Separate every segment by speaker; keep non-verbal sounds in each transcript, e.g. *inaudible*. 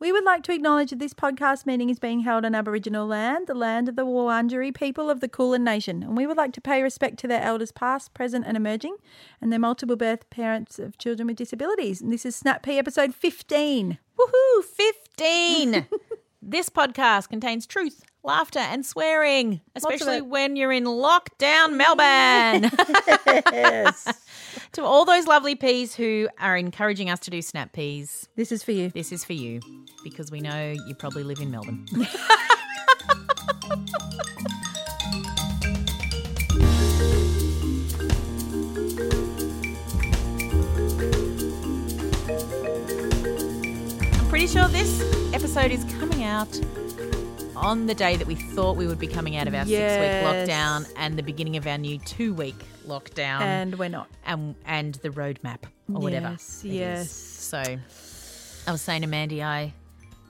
Speaker 1: We would like to acknowledge that this podcast meeting is being held on Aboriginal land, the land of the Wurundjeri people of the Kulin Nation, and we would like to pay respect to their elders past, present, and emerging, and their multiple birth parents of children with disabilities. And this is Snap P episode 15.
Speaker 2: Woohoo! 15. *laughs* this podcast contains truth, laughter, and swearing,
Speaker 1: of
Speaker 2: especially
Speaker 1: it.
Speaker 2: when you're in lockdown Melbourne.
Speaker 1: *laughs*
Speaker 2: *laughs*
Speaker 1: Yes.
Speaker 2: to all those lovely peas who are encouraging us to do snap peas,
Speaker 1: this is for you.
Speaker 2: this is for you because we know you probably live in Melbourne. I'm pretty sure this episode is coming out on the day that we thought we would be coming out of our
Speaker 1: Yes.
Speaker 2: six week lockdown and the beginning of our new two week lockdown
Speaker 1: and we're not.
Speaker 2: and and the roadmap or whatever.
Speaker 1: Yes,
Speaker 2: it is.
Speaker 1: yes.
Speaker 2: So I was saying to Mandy, I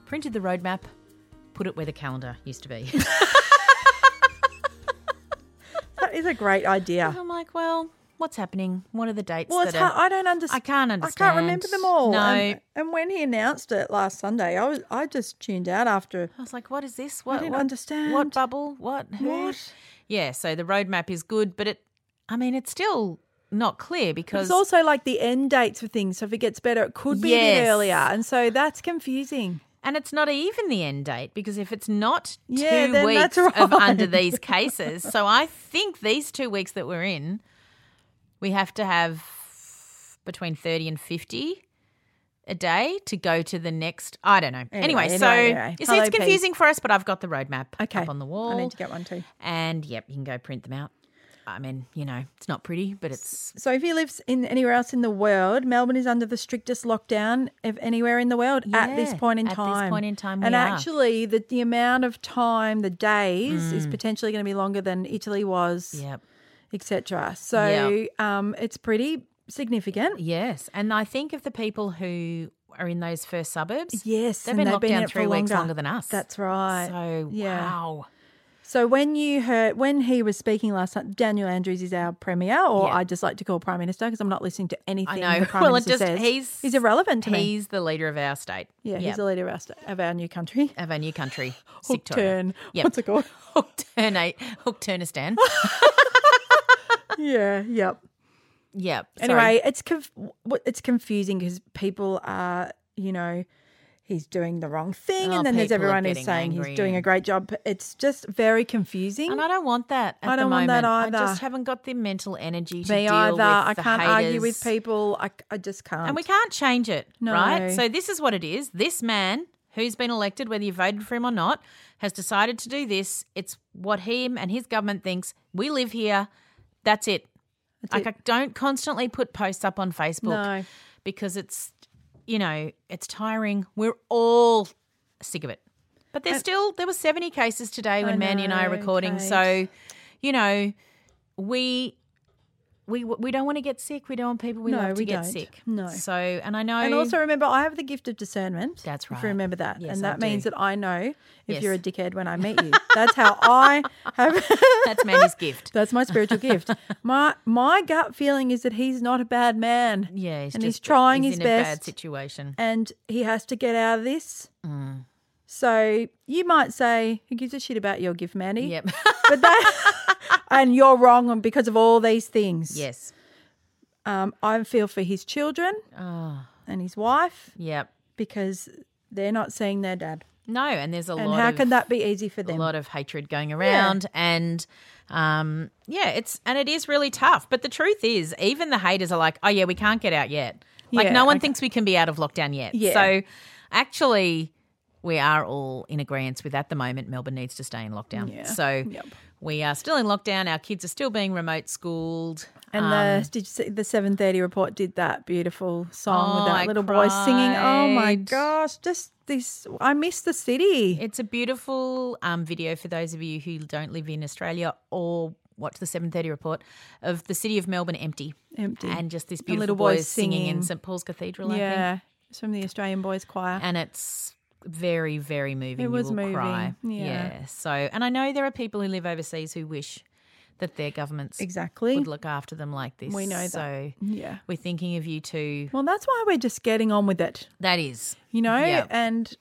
Speaker 2: printed the roadmap, put it where the calendar used to be.
Speaker 1: That is a great idea.
Speaker 2: *laughs* I'm like, well, what's happening? What are the dates?
Speaker 1: Well, it's
Speaker 2: that are-
Speaker 1: hard. I don't understand.
Speaker 2: I can't
Speaker 1: I
Speaker 2: understand.
Speaker 1: can't remember them all.
Speaker 2: No.
Speaker 1: And, and when he announced it last Sunday, I was I just tuned out after.
Speaker 2: I was like, what is this? What
Speaker 1: didn't
Speaker 2: what-
Speaker 1: understand.
Speaker 2: What bubble? What? Who?
Speaker 1: What?
Speaker 2: Yeah. So the roadmap is good, but it, I mean, it's still not clear because
Speaker 1: It's also like the end dates for things. So if it gets better, it could be a bit
Speaker 2: Yes.
Speaker 1: earlier, and so that's confusing.
Speaker 2: And it's not even the end date because if it's not
Speaker 1: Yeah,
Speaker 2: two
Speaker 1: then
Speaker 2: weeks
Speaker 1: that's right.
Speaker 2: of under these cases, so I think these two weeks that we're in, we have to have between 30 and 50 a day to go to the next. I don't know.
Speaker 1: Anyway,
Speaker 2: Anyway,
Speaker 1: anyway,
Speaker 2: so
Speaker 1: anyway.
Speaker 2: you see,
Speaker 1: Hello,
Speaker 2: it's confusing for us, but I've got the roadmap
Speaker 1: Okay,
Speaker 2: up on the wall.
Speaker 1: I need to get one too.
Speaker 2: and yep, you can go print them out. I mean, you know, it's not pretty, but it's
Speaker 1: So if he lives in anywhere else in the world, Melbourne is under the strictest lockdown of anywhere in the world at this
Speaker 2: Yeah,
Speaker 1: point in
Speaker 2: at this
Speaker 1: time.
Speaker 2: point in time,
Speaker 1: and
Speaker 2: we are.
Speaker 1: actually, the the amount of time, the days,
Speaker 2: Mm.
Speaker 1: is potentially going to be longer than Italy was,
Speaker 2: yep.
Speaker 1: etc. So um, it's pretty significant.
Speaker 2: Yes, and I think of the people who are in those first suburbs.
Speaker 1: Yes,
Speaker 2: they've
Speaker 1: and
Speaker 2: been
Speaker 1: they've
Speaker 2: locked
Speaker 1: been in
Speaker 2: down
Speaker 1: it for
Speaker 2: three weeks
Speaker 1: longer.
Speaker 2: longer than us.
Speaker 1: That's right.
Speaker 2: So
Speaker 1: Yeah.
Speaker 2: wow.
Speaker 1: So when you heard when he was speaking last night, Daniel Andrews is our premier, or
Speaker 2: Yeah.
Speaker 1: I just like to call prime minister because I'm not listening to
Speaker 2: I
Speaker 1: anything.
Speaker 2: know.
Speaker 1: The prime
Speaker 2: *laughs* well, it
Speaker 1: minister says.
Speaker 2: just he's
Speaker 1: he's irrelevant to
Speaker 2: he's
Speaker 1: me.
Speaker 2: the leader of our state.
Speaker 1: Yeah, he's the leader of our, st- of our new
Speaker 2: *laughs*
Speaker 1: country.
Speaker 2: of our new country.
Speaker 1: *sighs* Hook
Speaker 2: Siktoria.
Speaker 1: turn.
Speaker 2: Yep.
Speaker 1: What's it called?
Speaker 2: *laughs* Hook turn. eh?
Speaker 1: *laughs*
Speaker 2: Hook turnistan.
Speaker 1: yeah. Yep.
Speaker 2: yep.
Speaker 1: Anyway, it's conf- w- it's confusing because people are, you know, he's doing the wrong thing,
Speaker 2: Oh,
Speaker 1: and then there's
Speaker 2: people are
Speaker 1: everyone who's
Speaker 2: getting
Speaker 1: saying he's
Speaker 2: angry
Speaker 1: doing a
Speaker 2: and-
Speaker 1: great job. It's just very confusing.
Speaker 2: And I don't want that. At
Speaker 1: I don't
Speaker 2: the
Speaker 1: want
Speaker 2: moment.
Speaker 1: that
Speaker 2: I
Speaker 1: either.
Speaker 2: just haven't got the mental energy to
Speaker 1: Me
Speaker 2: deal
Speaker 1: either.
Speaker 2: with
Speaker 1: I
Speaker 2: the
Speaker 1: can't argue with
Speaker 2: haters.
Speaker 1: people. I, c- I just can't.
Speaker 2: And we can't change it,
Speaker 1: No.
Speaker 2: right? So this is what it is. This man who's been elected, whether you voted for him or not, has decided to do this. It's what him and his government thinks. We live here. That's it. like I don't constantly put posts up on Facebook
Speaker 1: No.
Speaker 2: because it's you know, it's tiring. We're all sick of it. But there's still there were 70 cases today when
Speaker 1: I
Speaker 2: Mandy and I are
Speaker 1: know,
Speaker 2: recording.
Speaker 1: Kate.
Speaker 2: So, you know, we we we don't want to get sick. We don't want people we
Speaker 1: No,
Speaker 2: love to
Speaker 1: we
Speaker 2: get
Speaker 1: don't.
Speaker 2: sick.
Speaker 1: No.
Speaker 2: So, and I know
Speaker 1: And also *laughs* remember, I have the gift of discernment.
Speaker 2: That's
Speaker 1: If
Speaker 2: right.
Speaker 1: you remember that,
Speaker 2: Yes,
Speaker 1: and
Speaker 2: I
Speaker 1: that means
Speaker 2: do.
Speaker 1: that I know if
Speaker 2: Yes.
Speaker 1: you're a dickhead when I
Speaker 2: *laughs*
Speaker 1: meet you. That's how I have. *laughs*
Speaker 2: that's Mandy's gift.
Speaker 1: That's my spiritual gift. My my gut feeling is that he's not a bad man.
Speaker 2: Yeah, he's
Speaker 1: and he's
Speaker 2: just-
Speaker 1: trying
Speaker 2: he's
Speaker 1: his
Speaker 2: in
Speaker 1: best,
Speaker 2: a bad situation.
Speaker 1: and he has to get out of this.
Speaker 2: Mm.
Speaker 1: So you might say, "Who gives a shit about your gift, Mandy?"
Speaker 2: Yep.
Speaker 1: *laughs* But that,
Speaker 2: *laughs*
Speaker 1: and you're wrong on- because of all these things.
Speaker 2: yes.
Speaker 1: Um, I feel for his children
Speaker 2: Ah.
Speaker 1: and his wife
Speaker 2: Yep.
Speaker 1: because they're not seeing their dad.
Speaker 2: No, and there's a
Speaker 1: And
Speaker 2: lot
Speaker 1: how
Speaker 2: of
Speaker 1: can that be easy for them?
Speaker 2: a lot of hatred going around and um yeah it's and it is really tough but the truth is even the haters are like oh yeah we can't get out yet like
Speaker 1: Yeah,
Speaker 2: no one
Speaker 1: okay.
Speaker 2: thinks we can be out of lockdown yet
Speaker 1: Yeah.
Speaker 2: so actually we are all in agreement with at the moment melbourne needs to stay in lockdown
Speaker 1: Yeah.
Speaker 2: so
Speaker 1: Yep.
Speaker 2: we are still in lockdown our kids are still being remote schooled
Speaker 1: and
Speaker 2: um,
Speaker 1: the did you see the seven thirty report did that beautiful song
Speaker 2: Oh,
Speaker 1: with that
Speaker 2: I
Speaker 1: little boy singing. Oh my
Speaker 2: cried.
Speaker 1: gosh, just this I miss the city.
Speaker 2: It's a beautiful um, video for those of you who don't live in Australia or watch the 7:30 report of the city of Melbourne empty,
Speaker 1: Empty.
Speaker 2: and just this
Speaker 1: And
Speaker 2: beautiful
Speaker 1: little
Speaker 2: boy
Speaker 1: boys
Speaker 2: singing in
Speaker 1: singing.
Speaker 2: St Paul's Cathedral. I
Speaker 1: yeah. It's from the Australian Boys Choir.
Speaker 2: think, and it's very very moving.
Speaker 1: It
Speaker 2: You
Speaker 1: was
Speaker 2: will
Speaker 1: moving,
Speaker 2: Cry.
Speaker 1: yeah.
Speaker 2: So, and I know there are people who live overseas who wish that their governments
Speaker 1: exactly.
Speaker 2: would look after them like this.
Speaker 1: We know that.
Speaker 2: So
Speaker 1: yeah.
Speaker 2: we're thinking of you too.
Speaker 1: Well, that's why we're just getting on with it,
Speaker 2: That is,
Speaker 1: you know?
Speaker 2: Yep.
Speaker 1: And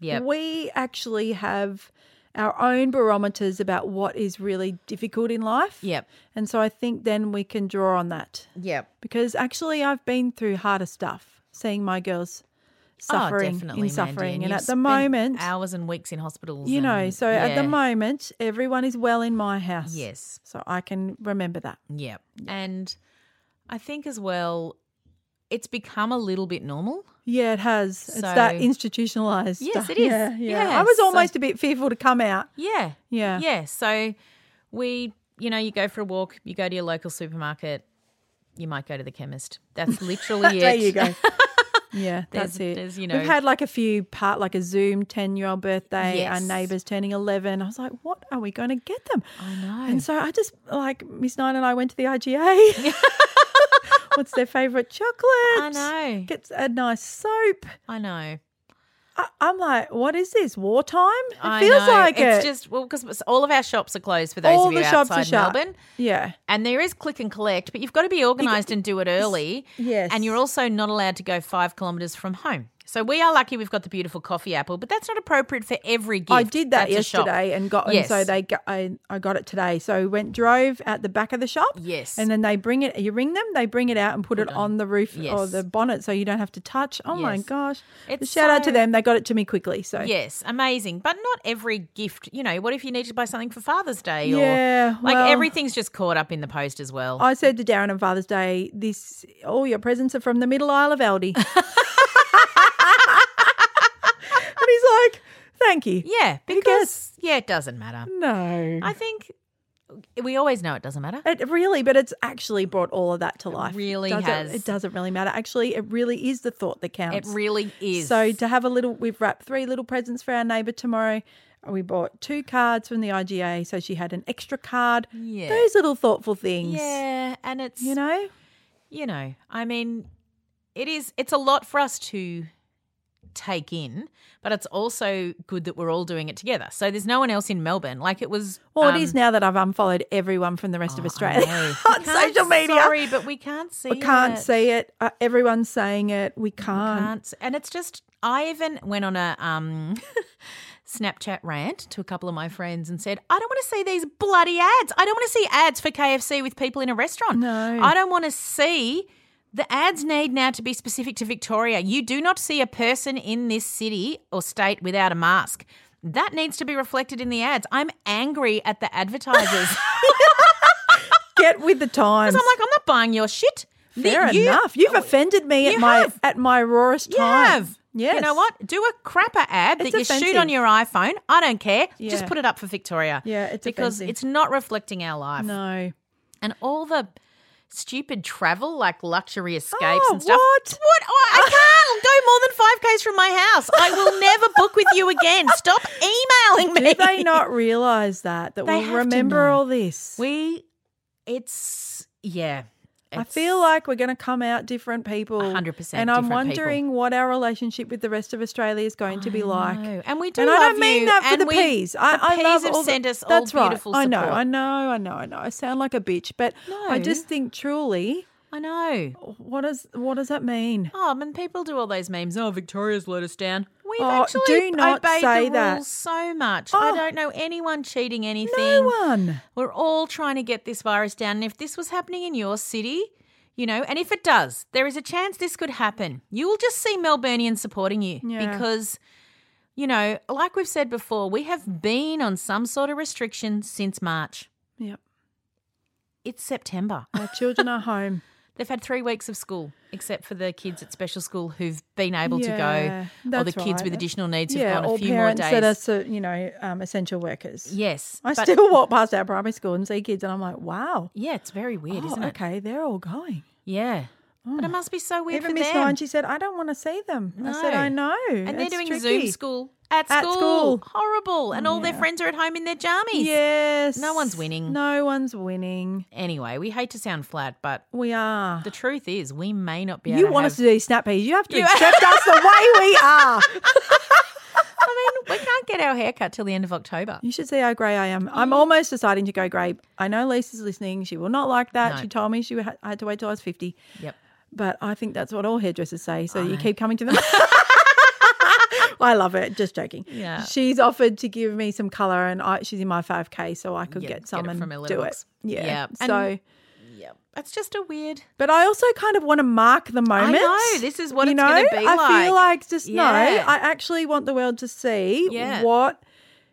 Speaker 2: yeah,
Speaker 1: we actually have our own barometers about what is really difficult in life.
Speaker 2: Yep.
Speaker 1: And so I think then we can draw on that.
Speaker 2: yep.
Speaker 1: because actually I've been through harder stuff seeing my girls suffering in
Speaker 2: Oh, Mandy,
Speaker 1: suffering and,
Speaker 2: you've
Speaker 1: at the
Speaker 2: spent
Speaker 1: moment
Speaker 2: hours and weeks in hospitals.
Speaker 1: you know
Speaker 2: and-
Speaker 1: so at the
Speaker 2: Yeah.
Speaker 1: moment everyone is well in my house
Speaker 2: Yes.
Speaker 1: so I can remember that
Speaker 2: Yeah. And I think as well, it's become a little bit normal.
Speaker 1: yeah it has it's that
Speaker 2: So-
Speaker 1: institutionalized
Speaker 2: Yes,
Speaker 1: stuff.
Speaker 2: it is.
Speaker 1: yeah, yeah.
Speaker 2: Yeah,
Speaker 1: I was
Speaker 2: so-
Speaker 1: almost a bit fearful to come out
Speaker 2: Yeah.
Speaker 1: Yeah.
Speaker 2: Yeah. So we, you know, you go for a walk, you go to your local supermarket, you might go to the chemist. That's literally
Speaker 1: *laughs*
Speaker 2: it.
Speaker 1: there you go yeah
Speaker 2: There's-
Speaker 1: that's it
Speaker 2: there's, you know-
Speaker 1: we've had like a few part like a zoom 10 year old birthday our
Speaker 2: Yes.
Speaker 1: neighbors turning 11 I was like what are we going to get them
Speaker 2: I know.
Speaker 1: And so I just like Miss Nine and I went to the
Speaker 2: *laughs*
Speaker 1: IGA. What's their favourite chocolate?
Speaker 2: I know.
Speaker 1: Gets a nice soap.
Speaker 2: *laughs* I know.
Speaker 1: I- I'm like, what is this? Wartime? It
Speaker 2: I
Speaker 1: feels
Speaker 2: know.
Speaker 1: like
Speaker 2: it's
Speaker 1: it.
Speaker 2: just well because all of our shops are closed for those
Speaker 1: All
Speaker 2: of you
Speaker 1: the shops are
Speaker 2: outside
Speaker 1: shut.
Speaker 2: Melbourne.
Speaker 1: yeah.
Speaker 2: And there is click and collect, but you've got to be organised and do it early.
Speaker 1: yes.
Speaker 2: And you're also not allowed to go five kilometres from home. So we are lucky we've got the beautiful coffee apple, but that's not appropriate for every gift.
Speaker 1: I did that
Speaker 2: That's a shop.
Speaker 1: yesterday and got
Speaker 2: Yes.
Speaker 1: and so they got, I, I got it today. So went drove at the back of the shop.
Speaker 2: Yes.
Speaker 1: And then they bring it you ring them, they bring it out and put, it on, the roof or
Speaker 2: Yes.
Speaker 1: the bonnet so you don't have to touch. Oh my
Speaker 2: Yes.
Speaker 1: gosh.
Speaker 2: It's
Speaker 1: Shout out to
Speaker 2: so-
Speaker 1: them. They got it to me quickly. So
Speaker 2: Yes, amazing. But not every gift, you know, what if you need to buy something for Father's Day or
Speaker 1: Yeah,
Speaker 2: like
Speaker 1: well-
Speaker 2: everything's just caught up in the post as well.
Speaker 1: I said to Darren on Father's Day, "This all your presents are from the middle aisle of
Speaker 2: *laughs*
Speaker 1: Aldi," and he's like, "Thank you."
Speaker 2: yeah, because yeah, it doesn't matter.
Speaker 1: No,
Speaker 2: I think we always know it doesn't matter.
Speaker 1: it really, but it's actually brought all of that to life.
Speaker 2: really
Speaker 1: doesn't,
Speaker 2: has.
Speaker 1: It doesn't really matter. Actually, it really is the thought that
Speaker 2: It
Speaker 1: counts.
Speaker 2: really is.
Speaker 1: So to have a little, we've wrapped three little presents for our neighbour tomorrow. We bought two cards from the IGA, so she had an extra card.
Speaker 2: Yeah.
Speaker 1: Those little thoughtful things.
Speaker 2: yeah, and it's
Speaker 1: You know,
Speaker 2: you know, I mean, it is it's a lot for us to take in, but it's also good that we're all doing it together. So there's no one else in Melbourne. Like it was
Speaker 1: well,
Speaker 2: um, Oh,
Speaker 1: it is now that I've unfollowed everyone from the rest of
Speaker 2: I
Speaker 1: Australia *laughs*
Speaker 2: know.
Speaker 1: on
Speaker 2: We can't-
Speaker 1: social media.
Speaker 2: Sorry, but we can't see.
Speaker 1: We can't
Speaker 2: it.
Speaker 1: see it. Uh, everyone's saying it. We can't.
Speaker 2: Can't. s- And it's just I even went on a um *laughs* Snapchat rant to a couple of my friends and said, I don't want to see these bloody ads. I don't want to see ads for KFC with people in a restaurant.
Speaker 1: No.
Speaker 2: I don't want to see the ads need now to be specific to Victoria. You do not see a person in this city or state without a mask. That needs to be reflected in the ads. I'm angry
Speaker 1: *laughs*
Speaker 2: at the advertisers.
Speaker 1: Get with the
Speaker 2: *laughs*
Speaker 1: times.
Speaker 2: I'm like, I'm not buying your shit. The-
Speaker 1: Fair
Speaker 2: you- Oh,
Speaker 1: enough. You've offended me
Speaker 2: you
Speaker 1: at my
Speaker 2: have.
Speaker 1: at my rawest
Speaker 2: You
Speaker 1: time.
Speaker 2: have.
Speaker 1: Yes.
Speaker 2: You know what? Do a crapper ad
Speaker 1: It's
Speaker 2: that you shoot on
Speaker 1: offensive.
Speaker 2: your iPhone. I don't care. Just
Speaker 1: Yeah.
Speaker 2: put it up for Victoria.
Speaker 1: Yeah, it's
Speaker 2: because
Speaker 1: offensive.
Speaker 2: it's not reflecting our life.
Speaker 1: No.
Speaker 2: And all the stupid travel, like luxury escapes
Speaker 1: Oh,
Speaker 2: and stuff.
Speaker 1: what?
Speaker 2: What? Oh, I I'll go more than five k's from my house.
Speaker 1: *laughs*
Speaker 2: I will never book with you again. Stop emailing me.
Speaker 1: Do they not realise that? That
Speaker 2: They
Speaker 1: we'll
Speaker 2: have to
Speaker 1: remember
Speaker 2: know.
Speaker 1: all this.
Speaker 2: We, it's yeah.
Speaker 1: I feel like we're going to come out different people.
Speaker 2: 100%
Speaker 1: And I'm
Speaker 2: different people.
Speaker 1: wondering what our relationship with the rest of Australia is going to be like.
Speaker 2: know. And we do
Speaker 1: And I
Speaker 2: love
Speaker 1: don't mean
Speaker 2: you,
Speaker 1: that for
Speaker 2: and
Speaker 1: the
Speaker 2: we-
Speaker 1: peas. I,
Speaker 2: the
Speaker 1: I
Speaker 2: peas
Speaker 1: love
Speaker 2: have
Speaker 1: all the-
Speaker 2: sent us all
Speaker 1: that's right.
Speaker 2: beautiful
Speaker 1: I know,
Speaker 2: support.
Speaker 1: I know, I know, I know. I sound like a bitch, but I
Speaker 2: No.
Speaker 1: just think truly,
Speaker 2: I know.
Speaker 1: what does what does that mean?
Speaker 2: Oh, I mean, people do all those memes. Oh, Victoria's let us down. We've
Speaker 1: Oh,
Speaker 2: actually
Speaker 1: do not
Speaker 2: obeyed
Speaker 1: say
Speaker 2: the
Speaker 1: that.
Speaker 2: rules so much.
Speaker 1: Oh.
Speaker 2: I don't know anyone cheating anything.
Speaker 1: No one.
Speaker 2: We're all trying to get this virus down. And if this was happening in your city, you know, and if it does, there is a chance this could happen. You will just see Melburnians supporting you
Speaker 1: Yeah.
Speaker 2: because, you know, like we've said before, we have been on some sort of restriction since March.
Speaker 1: Yep.
Speaker 2: It's September.
Speaker 1: Our children are home.
Speaker 2: They've had three weeks of school, except for the kids at special school who've been able
Speaker 1: Yeah,
Speaker 2: to go, or the
Speaker 1: that's
Speaker 2: kids
Speaker 1: right.
Speaker 2: with additional needs who've
Speaker 1: yeah,
Speaker 2: gone
Speaker 1: or
Speaker 2: a few more
Speaker 1: parents
Speaker 2: days.
Speaker 1: that are, so, you know, um, essential workers.
Speaker 2: yes,
Speaker 1: I
Speaker 2: but-
Speaker 1: still walk past our primary school and see kids, and I'm like, wow.
Speaker 2: *laughs* Yeah, it's very weird,
Speaker 1: Oh,
Speaker 2: isn't it?
Speaker 1: okay, they're all going.
Speaker 2: Yeah, but it must be so weird
Speaker 1: Even
Speaker 2: for
Speaker 1: Miss
Speaker 2: them.
Speaker 1: Nine, she said, I don't want to see them. I said,
Speaker 2: No.
Speaker 1: I know.
Speaker 2: and they're
Speaker 1: it's
Speaker 2: doing
Speaker 1: tricky."
Speaker 2: Zoom school at
Speaker 1: At
Speaker 2: school.
Speaker 1: school.
Speaker 2: Horrible, and all their friends are at home in their jammies.
Speaker 1: Yes.
Speaker 2: No one's winning.
Speaker 1: No one's winning.
Speaker 2: Anyway, we hate to sound flat, but
Speaker 1: We are.
Speaker 2: the truth is, we may not be. able
Speaker 1: You
Speaker 2: to
Speaker 1: want
Speaker 2: have-
Speaker 1: us to do snap peas. You have to
Speaker 2: *laughs* You-
Speaker 1: accept us the way we are.
Speaker 2: *laughs* I mean, we can't get our hair cut till the end of October.
Speaker 1: You should see how grey I am. I'm almost deciding to go grey. I know Lisa's listening. She will not like that.
Speaker 2: No.
Speaker 1: She told me she had, I had to wait till I was 50.
Speaker 2: Yep.
Speaker 1: But I think that's what all hairdressers say. So you keep coming to
Speaker 2: *laughs*
Speaker 1: them. I love it. Just joking.
Speaker 2: Yeah.
Speaker 1: She's offered to give me some colour and I, she's in my 5K, so I could
Speaker 2: Yeah,
Speaker 1: get some
Speaker 2: get it
Speaker 1: and
Speaker 2: from her
Speaker 1: do it.
Speaker 2: letterbox.
Speaker 1: Yeah.
Speaker 2: Yeah. And-
Speaker 1: So,
Speaker 2: Yeah, it's just a weird.
Speaker 1: but I also kind of want to mark the moment.
Speaker 2: know, this is what
Speaker 1: you
Speaker 2: it's
Speaker 1: know?
Speaker 2: gonna be
Speaker 1: I feel
Speaker 2: like.
Speaker 1: like just
Speaker 2: Yeah.
Speaker 1: no. I actually want the world to see
Speaker 2: Yeah.
Speaker 1: what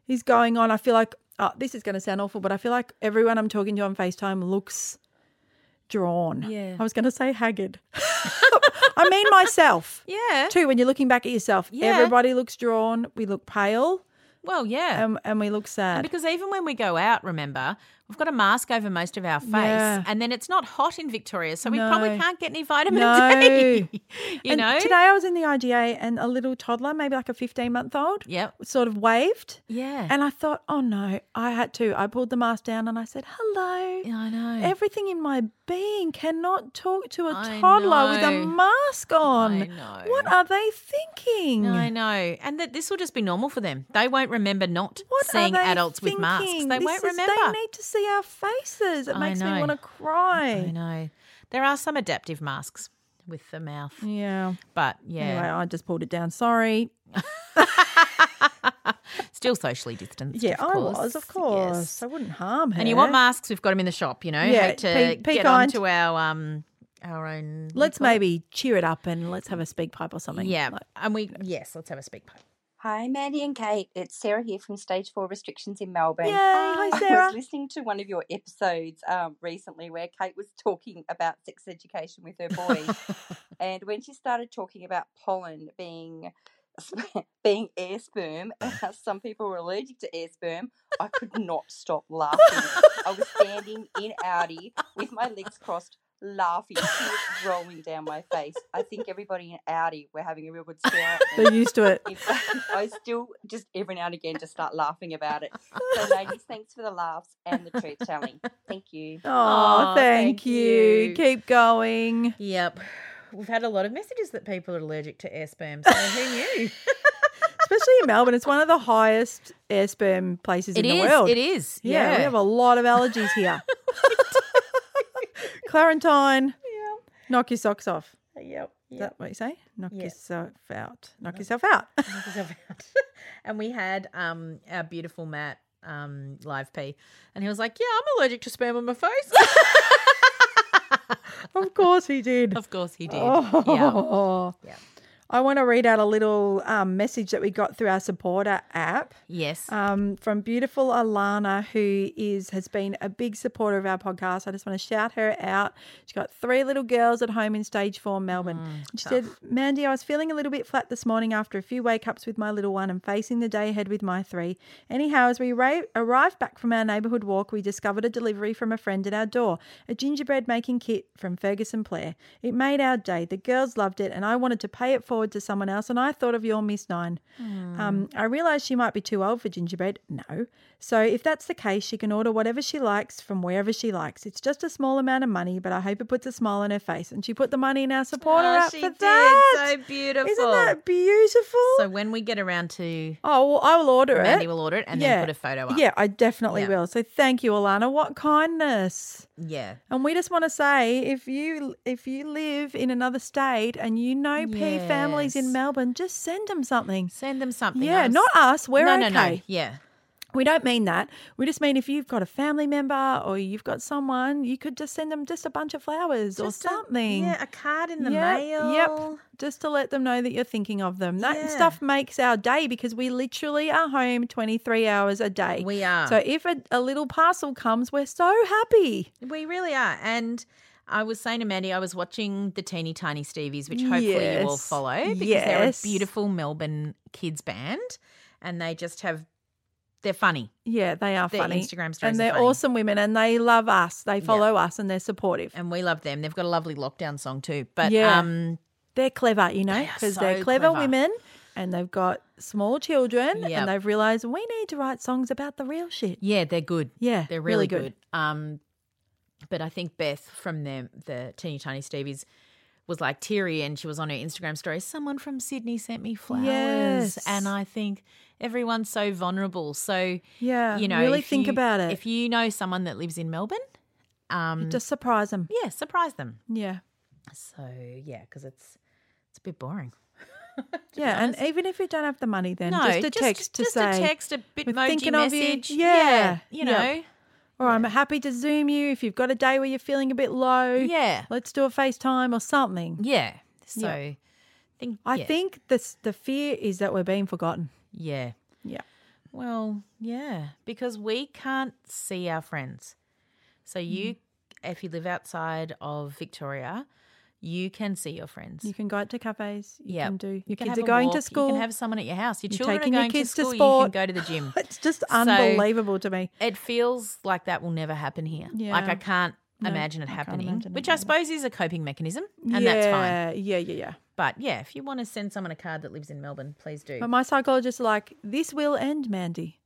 Speaker 1: is going on. I feel like oh, this is going to sound awful, but I feel like everyone I'm talking to on FaceTime looks drawn.
Speaker 2: Yeah.
Speaker 1: I was going to say haggard. *laughs* I mean myself.
Speaker 2: Yeah.
Speaker 1: Too, when you're looking back at yourself,
Speaker 2: Yeah.
Speaker 1: everybody looks drawn. We look pale,
Speaker 2: Well, yeah.
Speaker 1: and, and we look sad.
Speaker 2: Because even when we go out, remember, we've got a mask over most of our face,
Speaker 1: Yeah.
Speaker 2: and then it's not hot in Victoria, so we
Speaker 1: No.
Speaker 2: probably can't get any vitamin *laughs*
Speaker 1: No.
Speaker 2: D. you
Speaker 1: And
Speaker 2: know?
Speaker 1: today I was in the IGA and a little toddler, maybe like a 15 month old,
Speaker 2: Yep.
Speaker 1: sort of waved.
Speaker 2: Yeah.
Speaker 1: And I thought, oh no, I had to. I pulled the mask down and I said, hello.
Speaker 2: Yeah, I know.
Speaker 1: Everything in my being cannot talk to a
Speaker 2: I
Speaker 1: toddler with a
Speaker 2: know.
Speaker 1: mask on.
Speaker 2: know.
Speaker 1: What are they thinking?
Speaker 2: I know. And that this will just be normal for them. They won't remember not
Speaker 1: What
Speaker 2: seeing
Speaker 1: are they
Speaker 2: adults with masks. They
Speaker 1: thinking? This
Speaker 2: won't
Speaker 1: is-
Speaker 2: remember.
Speaker 1: They need to see our faces. It
Speaker 2: I
Speaker 1: makes me
Speaker 2: know.
Speaker 1: want to cry.
Speaker 2: I know. There are some adaptive masks with the mouth.
Speaker 1: Yeah.
Speaker 2: But yeah.
Speaker 1: Anyway, I just pulled it down. Sorry.
Speaker 2: Still socially distanced.
Speaker 1: Yeah,
Speaker 2: of
Speaker 1: I
Speaker 2: course.
Speaker 1: was, of course.
Speaker 2: Yes.
Speaker 1: I wouldn't harm her.
Speaker 2: And you want masks? We've got them in the shop. You know,
Speaker 1: Yeah,
Speaker 2: hate to
Speaker 1: be- be
Speaker 2: get
Speaker 1: kind.
Speaker 2: onto our um our own.
Speaker 1: Let's maybe cheer it up and let's have a speak pipe or something.
Speaker 2: yeah,
Speaker 1: Like-
Speaker 2: and we yes, let's have a speak pipe.
Speaker 3: Hi, Mandy and Kate. It's Sarah here from Stage 4 Restrictions in Melbourne.
Speaker 1: Yay. Hi,
Speaker 3: *laughs*
Speaker 1: Sarah.
Speaker 3: I was listening to one of your episodes um, recently where Kate was talking about sex education with her
Speaker 1: *laughs*
Speaker 3: boys. and when she started talking about pollen being *laughs* being air sperm, *laughs* and how some people were allergic to air sperm, I could not stop laughing. I was standing in Audi with my legs crossed, laughing, tears rolling down my face. I think everybody in Audi were having a real good scare.
Speaker 1: They're used
Speaker 2: *laughs*
Speaker 1: to it.
Speaker 3: In fact, *laughs* I still just every now and again just start laughing about it. So, ladies, thanks for the laughs and the truth telling. Thank you.
Speaker 1: Oh, thank,
Speaker 2: Aw, thank
Speaker 1: you.
Speaker 2: you.
Speaker 1: Keep going.
Speaker 2: Yep, we've had a lot of messages that people are allergic to air sperm. So
Speaker 1: *laughs*
Speaker 2: who knew?
Speaker 1: Especially in Melbourne, it's one of the highest air sperm places
Speaker 2: It
Speaker 1: in
Speaker 2: is.
Speaker 1: the world.
Speaker 2: It is.
Speaker 1: Yeah,
Speaker 2: Yeah.
Speaker 1: we have a lot of allergies
Speaker 2: *laughs*
Speaker 1: here. *laughs* Clarentine, knock your socks off.
Speaker 2: Yep.
Speaker 1: Is that what you say? Knock yourself out. Knock yourself
Speaker 2: *laughs*
Speaker 1: out.
Speaker 2: and we had um our beautiful Matt um live P, and he was like, "Yeah, I'm allergic to sperm on my face."
Speaker 1: *laughs*
Speaker 2: *laughs*
Speaker 1: of course he *laughs* did.
Speaker 2: of course he did. Yeah.
Speaker 1: Oh.
Speaker 2: Yeah.
Speaker 1: I want to read out a little um, message that we got through our supporter app.
Speaker 2: Yes.
Speaker 1: um, from beautiful Alana, who is has been a big supporter of our podcast. I just want to shout her out. She's got three little girls at home in stage four, Melbourne. And she said, Mandy, I was feeling a little bit flat this morning after a few wake ups with my little one and facing the day ahead with my three. Anyhow, as we ra- arrived back from our neighbourhood walk, we discovered a delivery from a friend at our door a gingerbread making kit from Ferguson Player. It made our day. The girls loved it, and I wanted to pay it forward forward to someone else, and I thought of your Miss Nine.
Speaker 2: Hmm.
Speaker 1: Um, I realised she might be too old for gingerbread. No. So if that's the case, she can order whatever she likes from wherever she likes. It's just a small amount of money, but I hope it puts a smile on her face. And she put the money in our supporter
Speaker 2: Oh,
Speaker 1: app
Speaker 2: she
Speaker 1: for
Speaker 2: did.
Speaker 1: that.
Speaker 2: So beautiful.
Speaker 1: Isn't that beautiful?
Speaker 2: So when we get around to
Speaker 1: oh, well, I will Uh, order it.
Speaker 2: Mandy will order it and then put a photo up.
Speaker 1: Yeah, I definitely
Speaker 2: Yeah.
Speaker 1: will. So thank you, Alana. What kindness.
Speaker 2: yeah,
Speaker 1: And we just want to say if you if you live in another state and you know P families in
Speaker 2: Yes.
Speaker 1: Melbourne, just send them something.
Speaker 2: send them something.
Speaker 1: Yeah,
Speaker 2: I was-
Speaker 1: not us. We're
Speaker 2: no,
Speaker 1: okay.
Speaker 2: no, no. Yeah,
Speaker 1: We don't mean that. We just mean if you've got a family member or you've got someone, you could just send them just a bunch of flowers or
Speaker 2: Just a-
Speaker 1: something.
Speaker 2: yeah, a card in the
Speaker 1: Yep,
Speaker 2: mail.
Speaker 1: Yep. Just to let them know that you're thinking of them. That
Speaker 2: Yeah.
Speaker 1: stuff makes our day because we literally are home 23 hours a day.
Speaker 2: We are.
Speaker 1: So if a, a little parcel comes, we're so happy.
Speaker 2: We really are. And I was saying to Mandy, I was watching the Teeny Tiny Stevies, which hopefully you all
Speaker 1: Yes.
Speaker 2: follow because they're a
Speaker 1: Yes.
Speaker 2: beautiful Melbourne kids band and they just have, they're funny.
Speaker 1: Yeah, they are
Speaker 2: Their
Speaker 1: funny.
Speaker 2: Instagram stories
Speaker 1: and
Speaker 2: are
Speaker 1: they're
Speaker 2: funny.
Speaker 1: awesome women, and they love us. They follow us, and they're supportive.
Speaker 2: And we love them. They've got a lovely lockdown song too. But
Speaker 1: Yeah.
Speaker 2: um,
Speaker 1: They're clever, you know,
Speaker 2: They are
Speaker 1: because
Speaker 2: so
Speaker 1: they are clever,
Speaker 2: clever.
Speaker 1: women, and they've got small children,
Speaker 2: Yep.
Speaker 1: and they've realised we need to write songs about the real shit.
Speaker 2: yeah, they're good.
Speaker 1: Yeah, *laughs*
Speaker 2: They're really,
Speaker 1: really
Speaker 2: good.
Speaker 1: good.
Speaker 2: Um, but I think Beth from the the Teeny Tiny Stevies was like teary, and she was on her Instagram story. Someone from Sydney sent me flowers,
Speaker 1: Yes.
Speaker 2: and I think everyone's so vulnerable. So
Speaker 1: Yeah,
Speaker 2: you know,
Speaker 1: really
Speaker 2: if
Speaker 1: think
Speaker 2: you-
Speaker 1: about it.
Speaker 2: If you know someone that lives in Melbourne, um,
Speaker 1: Just surprise them.
Speaker 2: yeah, surprise them.
Speaker 1: Yeah,
Speaker 2: So yeah, because it's it's a bit boring.
Speaker 1: yeah, and even if you don't have the money, then
Speaker 2: no,
Speaker 1: just a text to
Speaker 2: just
Speaker 1: say,
Speaker 2: a text, a bit
Speaker 1: "We're
Speaker 2: emoji
Speaker 1: thinking of you."
Speaker 2: message.
Speaker 1: Yeah,
Speaker 2: you know.
Speaker 1: yeah. or I'm happy to Zoom you if you've got a day where you're feeling a bit low.
Speaker 2: Yeah.
Speaker 1: let's do a FaceTime or something.
Speaker 2: Yeah. So
Speaker 1: Yeah.
Speaker 2: think
Speaker 1: I
Speaker 2: yeah.
Speaker 1: think this the fear is that we're being forgotten.
Speaker 2: Yeah.
Speaker 1: Yeah.
Speaker 2: Well, yeah, because we can't see our friends. So
Speaker 1: Hmm.
Speaker 2: you if you live outside of Victoria, you can see your friends.
Speaker 1: You can go out to cafes. You
Speaker 2: Yeah.
Speaker 1: can do. Your
Speaker 2: You can
Speaker 1: kids
Speaker 2: have
Speaker 1: are
Speaker 2: a
Speaker 1: going
Speaker 2: walk,
Speaker 1: to school.
Speaker 2: You
Speaker 1: *laughs*
Speaker 2: can have someone at your house. Your
Speaker 1: You're
Speaker 2: children
Speaker 1: taking your
Speaker 2: are going
Speaker 1: kids to
Speaker 2: to school. You
Speaker 1: sport.
Speaker 2: can go to the gym.
Speaker 1: *laughs* it's just
Speaker 2: So-
Speaker 1: unbelievable to me.
Speaker 2: it feels like that will never happen here. Like
Speaker 1: Yeah.
Speaker 2: I can't
Speaker 1: No,
Speaker 2: imagine it
Speaker 1: I can't
Speaker 2: happening,
Speaker 1: imagine it
Speaker 2: which I
Speaker 1: either.
Speaker 2: suppose is a coping mechanism, and that's fine.
Speaker 1: Yeah, Yeah, yeah, yeah.
Speaker 2: But yeah, if you want to send someone a card that lives in Melbourne, please do.
Speaker 1: But my psychologist like, this will end, Mandy.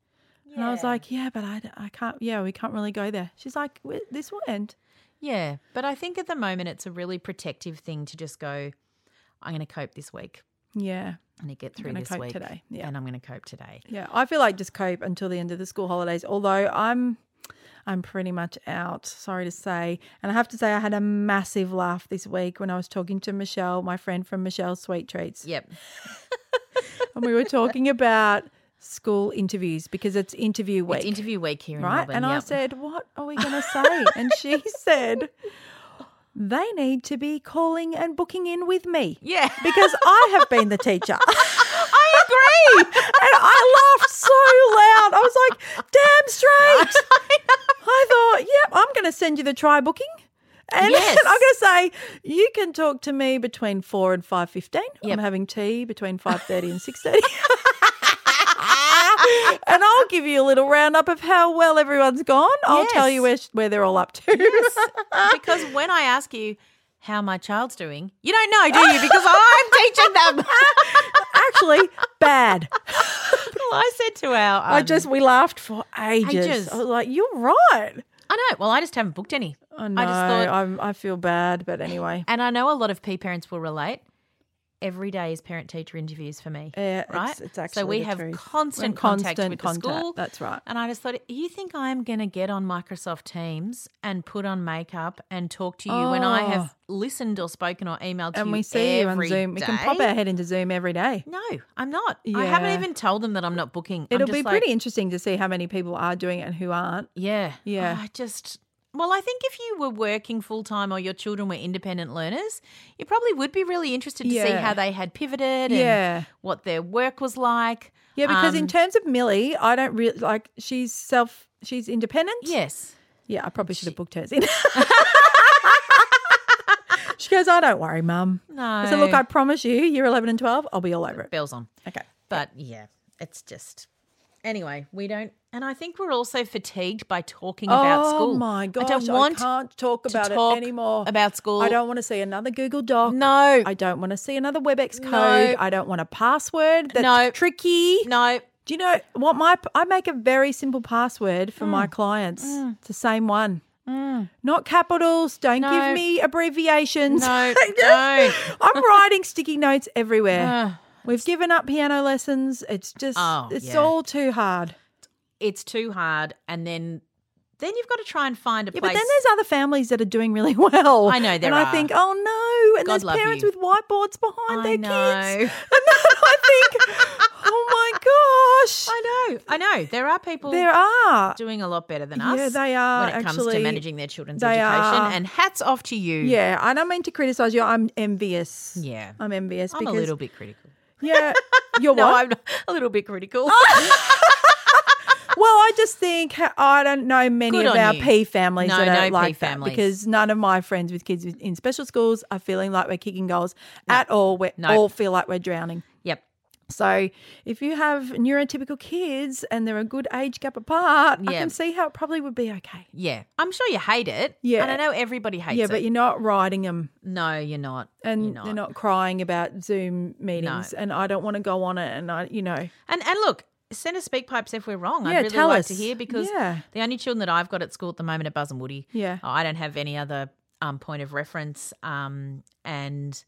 Speaker 1: And I was like, yeah, but I, d- I can't, yeah, we can't really go there. She's like, "Well, this will end.
Speaker 2: Yeah, but I think at the moment it's a really protective thing to just go. I'm going to cope this week.
Speaker 1: Yeah.
Speaker 2: I'm going to get through
Speaker 1: gonna
Speaker 2: this
Speaker 1: cope
Speaker 2: week
Speaker 1: today. Yeah.
Speaker 2: and I'm going to cope today.
Speaker 1: Yeah. I feel like just cope until the end of the school holidays, although I'm. I'm pretty much out, sorry to say. And I have to say, I had a massive laugh this week when I was talking to Michelle, my friend from Michelle's Sweet Treats.
Speaker 2: Yep.
Speaker 1: and we were talking about school interviews because it's interview week,
Speaker 2: It's interview week here in
Speaker 1: right?
Speaker 2: Melbourne.
Speaker 1: and I
Speaker 2: yep.
Speaker 1: said, *laughs* "What are we going to say?" and
Speaker 2: *laughs*
Speaker 1: she said, "They need to be calling and booking in with me."
Speaker 2: Yeah.
Speaker 1: Because I have been the teacher.
Speaker 2: *laughs* I agree.
Speaker 1: and I laughed so loud. I was like, damn
Speaker 2: *laughs*
Speaker 1: straight. I thought, yep, I'm going to send you the try booking. And
Speaker 2: Yes.
Speaker 1: *laughs* I'm going to say, you can talk to me between 4 and 5.15.
Speaker 2: Yep.
Speaker 1: I'm having tea between 5.30 and *laughs* 6.30. *laughs* and I'll give you a little roundup of how well everyone's gone. I'll tell
Speaker 2: Yes.
Speaker 1: you where, where they're all up to.
Speaker 2: *laughs*
Speaker 1: *laughs*
Speaker 2: because when I ask you how my child's doing, you don't know, do you? Because I'm
Speaker 1: *laughs*
Speaker 2: teaching them.
Speaker 1: Um,
Speaker 2: *laughs*
Speaker 1: Actually, bad.
Speaker 2: well, I said to our.
Speaker 1: I
Speaker 2: um,
Speaker 1: just, we laughed for ages.
Speaker 2: ages.
Speaker 1: I was like, you're right.
Speaker 2: I know. Well, I just haven't booked any.
Speaker 1: I know. I,
Speaker 2: just thought.
Speaker 1: I'm, I feel bad, but anyway.
Speaker 2: and I know a lot of P parents will relate. Every day is parent teacher interviews for me.
Speaker 1: Yeah, it's-
Speaker 2: right.
Speaker 1: it's
Speaker 2: so
Speaker 1: actually
Speaker 2: we
Speaker 1: the
Speaker 2: have
Speaker 1: truth.
Speaker 2: constant,
Speaker 1: We're in
Speaker 2: contact
Speaker 1: constant
Speaker 2: with the
Speaker 1: contact,
Speaker 2: school.
Speaker 1: that's right.
Speaker 2: And I just thought, you think I am going to get on Microsoft Teams and put on makeup and talk to you when I have listened or spoken or emailed to
Speaker 1: Oh. And
Speaker 2: you
Speaker 1: we see you on
Speaker 2: every
Speaker 1: Zoom. We can
Speaker 2: day?
Speaker 1: pop our head into Zoom every day.
Speaker 2: No, I'm not. I haven't
Speaker 1: Yeah.
Speaker 2: even told them that I'm not booking. I'm
Speaker 1: It'll
Speaker 2: just
Speaker 1: be
Speaker 2: like,
Speaker 1: pretty interesting to see how many people are doing it and who aren't.
Speaker 2: Yeah.
Speaker 1: Yeah.
Speaker 2: I just. Well, I think if you were working full time or your children were independent learners, you probably would be really interested to see
Speaker 1: Yeah.
Speaker 2: how they had pivoted
Speaker 1: Yeah.
Speaker 2: and what their work was like.
Speaker 1: Yeah, because
Speaker 2: Um,
Speaker 1: in terms of Millie, I don't really like she's self she's independent.
Speaker 2: Yes.
Speaker 1: Yeah, I probably should have *laughs* booked hers in. she goes, I don't worry, Mum. I said, Look,
Speaker 2: No.
Speaker 1: I promise you, year eleven and twelve, I'll be all over it.
Speaker 2: Bells on.
Speaker 1: Okay.
Speaker 2: But yeah, it's just. Anyway, we don't, and I think we're also fatigued by talking about school.
Speaker 1: Oh my gosh,
Speaker 2: I don't want
Speaker 1: can't talk
Speaker 2: to
Speaker 1: about
Speaker 2: talk
Speaker 1: it anymore.
Speaker 2: About school,
Speaker 1: I don't want to see another Google Doc.
Speaker 2: No.
Speaker 1: I don't want to see another WebEx
Speaker 2: No.
Speaker 1: code. I don't want a password that's
Speaker 2: No.
Speaker 1: tricky.
Speaker 2: No,
Speaker 1: Do you know what my I make a very simple password for
Speaker 2: Mm.
Speaker 1: my clients. It's the same one. Not capitals. Don't
Speaker 2: No.
Speaker 1: give me abbreviations. *laughs*
Speaker 2: No, don't.
Speaker 1: I'm writing sticky notes everywhere.
Speaker 2: Ugh.
Speaker 1: We've given up piano lessons. It's just
Speaker 2: Uh, Oh,
Speaker 1: it's
Speaker 2: yeah.
Speaker 1: all too hard.
Speaker 2: it's too hard, and then then you've got to try and find a
Speaker 1: Yeah,
Speaker 2: place.
Speaker 1: but then there's other families that are doing really *laughs* well.
Speaker 2: I know there
Speaker 1: and
Speaker 2: are.
Speaker 1: I think, oh no, and
Speaker 2: God
Speaker 1: there's
Speaker 2: love
Speaker 1: parents
Speaker 2: you.
Speaker 1: with whiteboards behind
Speaker 2: I
Speaker 1: their
Speaker 2: know.
Speaker 1: kids. *laughs* And then I think, oh my gosh,
Speaker 2: *laughs* I know, I know, there are people
Speaker 1: there are.
Speaker 2: doing a lot better than us.
Speaker 1: Yeah, they are,
Speaker 2: when it comes to
Speaker 1: actually.
Speaker 2: managing their children's
Speaker 1: They
Speaker 2: education.
Speaker 1: are.
Speaker 2: And hats off to you.
Speaker 1: Yeah, I don't mean to criticize you. I'm envious.
Speaker 2: Yeah.
Speaker 1: I'm envious
Speaker 2: I'm
Speaker 1: because
Speaker 2: a little bit critical. *laughs*
Speaker 1: yeah, you're
Speaker 2: No,
Speaker 1: *laughs* what? Ah!
Speaker 2: I'm *laughs* a little
Speaker 1: *laughs*
Speaker 2: bit critical.
Speaker 1: Well, I just think ha- I don't know many
Speaker 2: Good
Speaker 1: of
Speaker 2: on
Speaker 1: our
Speaker 2: you.
Speaker 1: P families
Speaker 2: No,
Speaker 1: that
Speaker 2: no
Speaker 1: are
Speaker 2: P
Speaker 1: like that
Speaker 2: families.
Speaker 1: because none of my friends with kids with- in special schools are feeling like we're kicking goals at all. We
Speaker 2: No.
Speaker 1: all feel like we're drowning.
Speaker 2: yep.
Speaker 1: So if you have neurotypical kids and they're a good age gap apart, I
Speaker 2: Yeah.
Speaker 1: can see how it probably would be okay.
Speaker 2: Yeah. I'm sure you hate it.
Speaker 1: Yeah.
Speaker 2: And I know everybody hates
Speaker 1: yeah,
Speaker 2: it.
Speaker 1: but you're not riding them
Speaker 2: no, you're not.
Speaker 1: and
Speaker 2: you're not.
Speaker 1: they're not crying about Zoom meetings and I don't want to go on it and I you know
Speaker 2: And and look, send us speak pipes if we're wrong. I'd
Speaker 1: Yeah,
Speaker 2: really
Speaker 1: tell
Speaker 2: like
Speaker 1: us.
Speaker 2: to hear because
Speaker 1: Yeah.
Speaker 2: the only children that I've got at school at the moment are Buzz and Woody.
Speaker 1: Yeah.
Speaker 2: I don't have any other um, point of reference. Um, and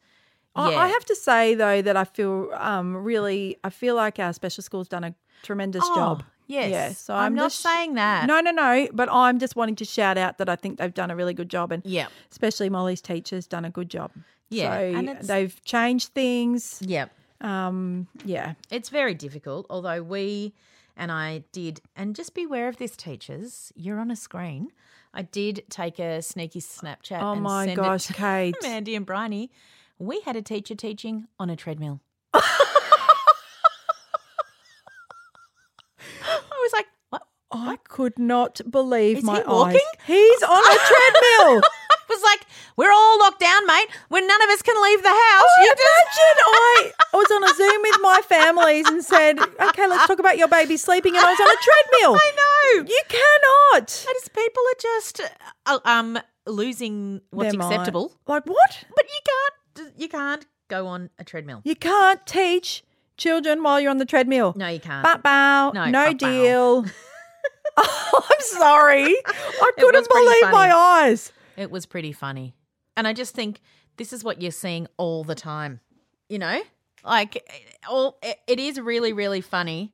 Speaker 2: yeah,
Speaker 1: I, I have to say though that I feel um really I feel like our special school's done a tremendous
Speaker 2: Oh,
Speaker 1: job.
Speaker 2: yes.
Speaker 1: Yeah, so
Speaker 2: I'm
Speaker 1: I'm,
Speaker 2: not
Speaker 1: just-
Speaker 2: saying that.
Speaker 1: No, no, no. But I'm just wanting to shout out that I think they've done a really good job, and
Speaker 2: Yeah.
Speaker 1: especially Molly's teachers done a good job.
Speaker 2: Yeah,
Speaker 1: so
Speaker 2: and it's-
Speaker 1: they've changed things.
Speaker 2: yeah.
Speaker 1: Um, yeah,
Speaker 2: It's very difficult, although we and I did, and just beware of this, teachers. You're on a screen. I did take a sneaky Snapchat.
Speaker 1: Oh
Speaker 2: and
Speaker 1: my
Speaker 2: send
Speaker 1: gosh,
Speaker 2: it to *laughs*
Speaker 1: Kate.
Speaker 2: Mandy and Bryony. We had a teacher teaching on a treadmill. *laughs* I was like, what?
Speaker 1: I could not believe
Speaker 2: Oh. Is
Speaker 1: my
Speaker 2: he walking?
Speaker 1: eyes. He's on
Speaker 2: *laughs*
Speaker 1: a treadmill.
Speaker 2: I was like, we're all locked down, mate. When none of us can leave the house.
Speaker 1: I
Speaker 2: You
Speaker 1: imagine Oh,
Speaker 2: *laughs*
Speaker 1: I, I was on a Zoom with my families and said, "Okay, let's talk about your baby sleeping," and I was on a treadmill.
Speaker 2: *laughs* I know.
Speaker 1: You cannot.
Speaker 2: I just people are just uh, um losing what's
Speaker 1: Their mind.
Speaker 2: acceptable.
Speaker 1: Like what?
Speaker 2: But you can't. You can't go on a treadmill.
Speaker 1: You can't teach children while you're on the treadmill.
Speaker 2: No, you can't.
Speaker 1: Bow bow.
Speaker 2: Um, No,
Speaker 1: No,
Speaker 2: bow bow. *laughs*
Speaker 1: deal. *laughs* Oh, I'm sorry. I
Speaker 2: It was
Speaker 1: couldn't
Speaker 2: pretty
Speaker 1: believe
Speaker 2: funny.
Speaker 1: my eyes.
Speaker 2: It was pretty funny, and I just think this is what you're seeing all the time. You know, like it- all. It, it is really, really funny.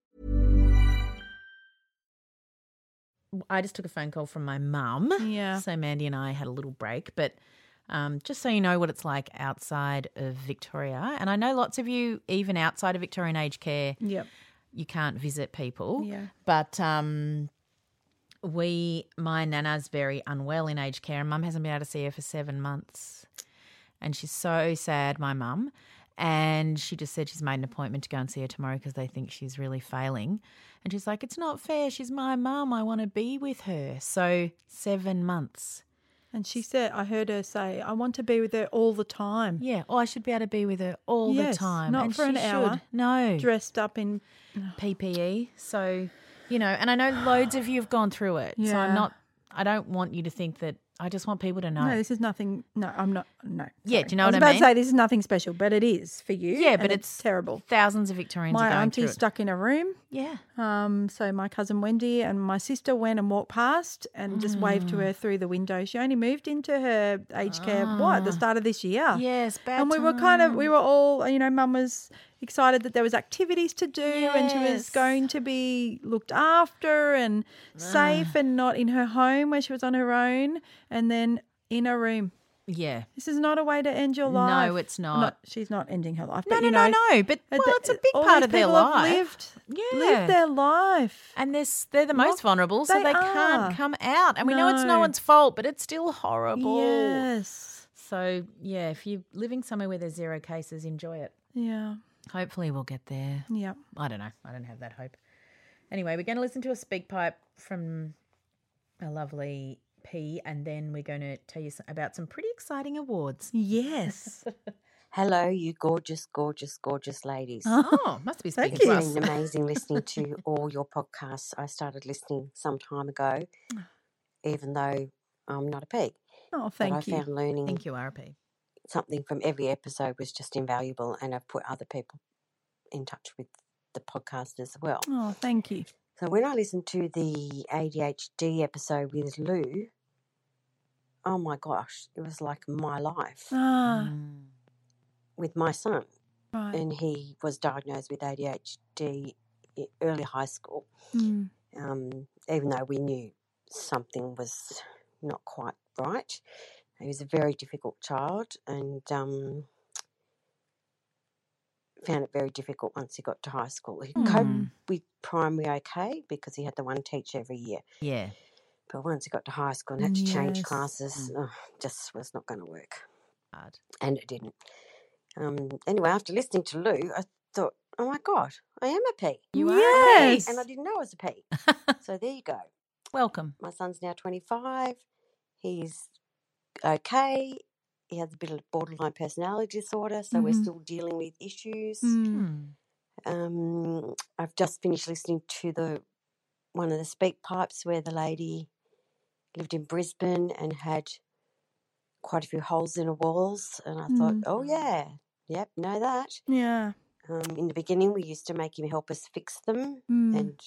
Speaker 2: I just took a phone call from my mum.
Speaker 1: Yeah.
Speaker 2: So Mandy and I had a little break, but um, just so you know what it's like outside of Victoria, and I know lots of you, even outside of Victorian aged care,
Speaker 1: Yep.
Speaker 2: you can't visit people.
Speaker 1: Yeah.
Speaker 2: But um, we, my nana's very unwell in aged care, and mum hasn't been able to see her for seven months. And she's so sad, my mum. And she just said she's made an appointment to go and see her tomorrow because they think she's really failing. And she's like, it's not fair. She's my mum. I want to be with her. So, seven months.
Speaker 1: And she said, I heard her say, I want to be with her all the time.
Speaker 2: Yeah. Oh, I should be able to be with her all
Speaker 1: Yes,
Speaker 2: the time.
Speaker 1: not
Speaker 2: and
Speaker 1: for an
Speaker 2: she should.
Speaker 1: hour.
Speaker 2: No.
Speaker 1: Dressed up in.
Speaker 2: PPE. So, you know, and I know loads of you have gone through it. So
Speaker 1: Yeah.
Speaker 2: I'm not, I don't want you to think that I just want people to know.
Speaker 1: No. this is nothing. No, I'm not. No.
Speaker 2: Yeah,
Speaker 1: sorry.
Speaker 2: do you know
Speaker 1: I was
Speaker 2: what I
Speaker 1: about
Speaker 2: mean?
Speaker 1: to say this is nothing special, but it is for you.
Speaker 2: yeah,
Speaker 1: and
Speaker 2: but
Speaker 1: it's, terrible.
Speaker 2: Thousands of Victorians are
Speaker 1: My
Speaker 2: going through
Speaker 1: auntie's
Speaker 2: it.
Speaker 1: stuck in a room.
Speaker 2: Yeah.
Speaker 1: Um, so my cousin Wendy and my sister went and walked past and just waved
Speaker 2: Mm.
Speaker 1: to her through the window. She only moved into her aged care what at the start of this year.
Speaker 2: Ah. Yes, bad
Speaker 1: and we were kind of we were all you know, mum was excited that there was activities to do and she was
Speaker 2: Yes.
Speaker 1: going to be looked after and safe and not in her home where she was on her own and then in a room.
Speaker 2: Yeah.
Speaker 1: This is not a way to end your
Speaker 2: No,
Speaker 1: life.
Speaker 2: it's
Speaker 1: I'm
Speaker 2: not.
Speaker 1: She's not ending her life.
Speaker 2: No,
Speaker 1: but,
Speaker 2: no,
Speaker 1: you
Speaker 2: no,
Speaker 1: know,
Speaker 2: no. But
Speaker 1: at
Speaker 2: well,
Speaker 1: the-
Speaker 2: it's a big
Speaker 1: all
Speaker 2: part
Speaker 1: these
Speaker 2: of their
Speaker 1: people have
Speaker 2: life.
Speaker 1: Lived,
Speaker 2: yeah.
Speaker 1: lived their life.
Speaker 2: and this, they're the most
Speaker 1: Well,
Speaker 2: vulnerable, so
Speaker 1: they
Speaker 2: they, can't
Speaker 1: are.
Speaker 2: come out. And we know it's
Speaker 1: No.
Speaker 2: no one's fault, but it's still horrible.
Speaker 1: Yes.
Speaker 2: So yeah, if you're living somewhere where there's zero cases, enjoy it.
Speaker 1: Yeah.
Speaker 2: Hopefully, we'll get there.
Speaker 1: Yeah.
Speaker 2: I don't know. I don't have that hope. Anyway, we're going to listen to a speak pipe from a lovely P, and then we're going to tell you s- about some pretty exciting
Speaker 1: *laughs*
Speaker 2: awards.
Speaker 1: Yes.
Speaker 4: Hello, you gorgeous, gorgeous, gorgeous ladies.
Speaker 2: Oh, must be
Speaker 1: Thank
Speaker 2: speaking
Speaker 4: It's
Speaker 2: to
Speaker 1: you.
Speaker 2: us.
Speaker 4: been amazing listening to all your podcasts. I started listening some time ago, even though I'm not a pig. but
Speaker 1: oh,
Speaker 4: I
Speaker 1: thank you.
Speaker 4: found learning
Speaker 2: Thank you, RP.
Speaker 4: something from every episode was just invaluable, and I've put other people in touch with the podcast as well.
Speaker 1: Oh, thank you.
Speaker 4: So when I listened to the ADHD episode with Lou, oh my gosh, it was like my life
Speaker 1: Ah,
Speaker 2: Hmm.
Speaker 4: with my son.
Speaker 1: right.
Speaker 4: and he was diagnosed with ADHD i- early high school.
Speaker 1: Mm.
Speaker 4: Um, even though we knew something was not quite right, he was a very difficult child and um, found it very difficult once he got to high school. He coped
Speaker 1: Mm.
Speaker 4: with primary okay because he had the one teacher every year,
Speaker 2: Yeah.
Speaker 4: but once he got to high school and had to change
Speaker 1: Yes.
Speaker 4: classes, oh, just was not going to work
Speaker 2: Hard.
Speaker 4: and it didn't. Um, anyway, after listening to Lou, I thought, oh my God, I am a pea.
Speaker 2: You are a pea.
Speaker 1: yes.
Speaker 4: And I didn't know I was a pea. so there you go.
Speaker 2: Welcome.
Speaker 4: My son's now 25. He's okay. He has a bit of borderline personality disorder, so we're
Speaker 1: Mhm.
Speaker 4: still dealing with issues.
Speaker 1: Mm.
Speaker 2: Hmm.
Speaker 4: Um, I've just finished listening to the one of the speak pipes where the lady lived in Brisbane and had quite a few holes in her walls, and I thought,
Speaker 1: Mm.
Speaker 4: oh yeah, yep, know that.
Speaker 1: Yeah.
Speaker 4: Um, in the beginning, we used to make him help us fix them,
Speaker 1: Mm.
Speaker 4: and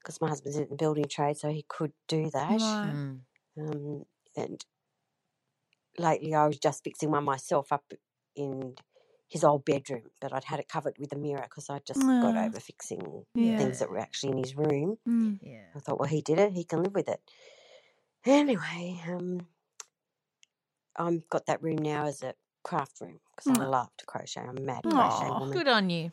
Speaker 4: because my husband's in the building trade, so he could do that.
Speaker 1: Right.
Speaker 2: Mm.
Speaker 4: Um, and lately, I was just fixing one myself up in his old bedroom, but I'd had it covered with a mirror because I just got
Speaker 1: Ah.
Speaker 4: over fixing
Speaker 1: Yeah.
Speaker 4: things that were actually in his room.
Speaker 1: Mm.
Speaker 2: Yeah.
Speaker 4: I thought, well, he did it; he can live with it. Anyway, um, I've got that room now as a craft room because I
Speaker 1: Mm.
Speaker 4: love to crochet. I'm a mad crochet
Speaker 1: Aw.
Speaker 2: Oh,
Speaker 4: woman
Speaker 2: good on you.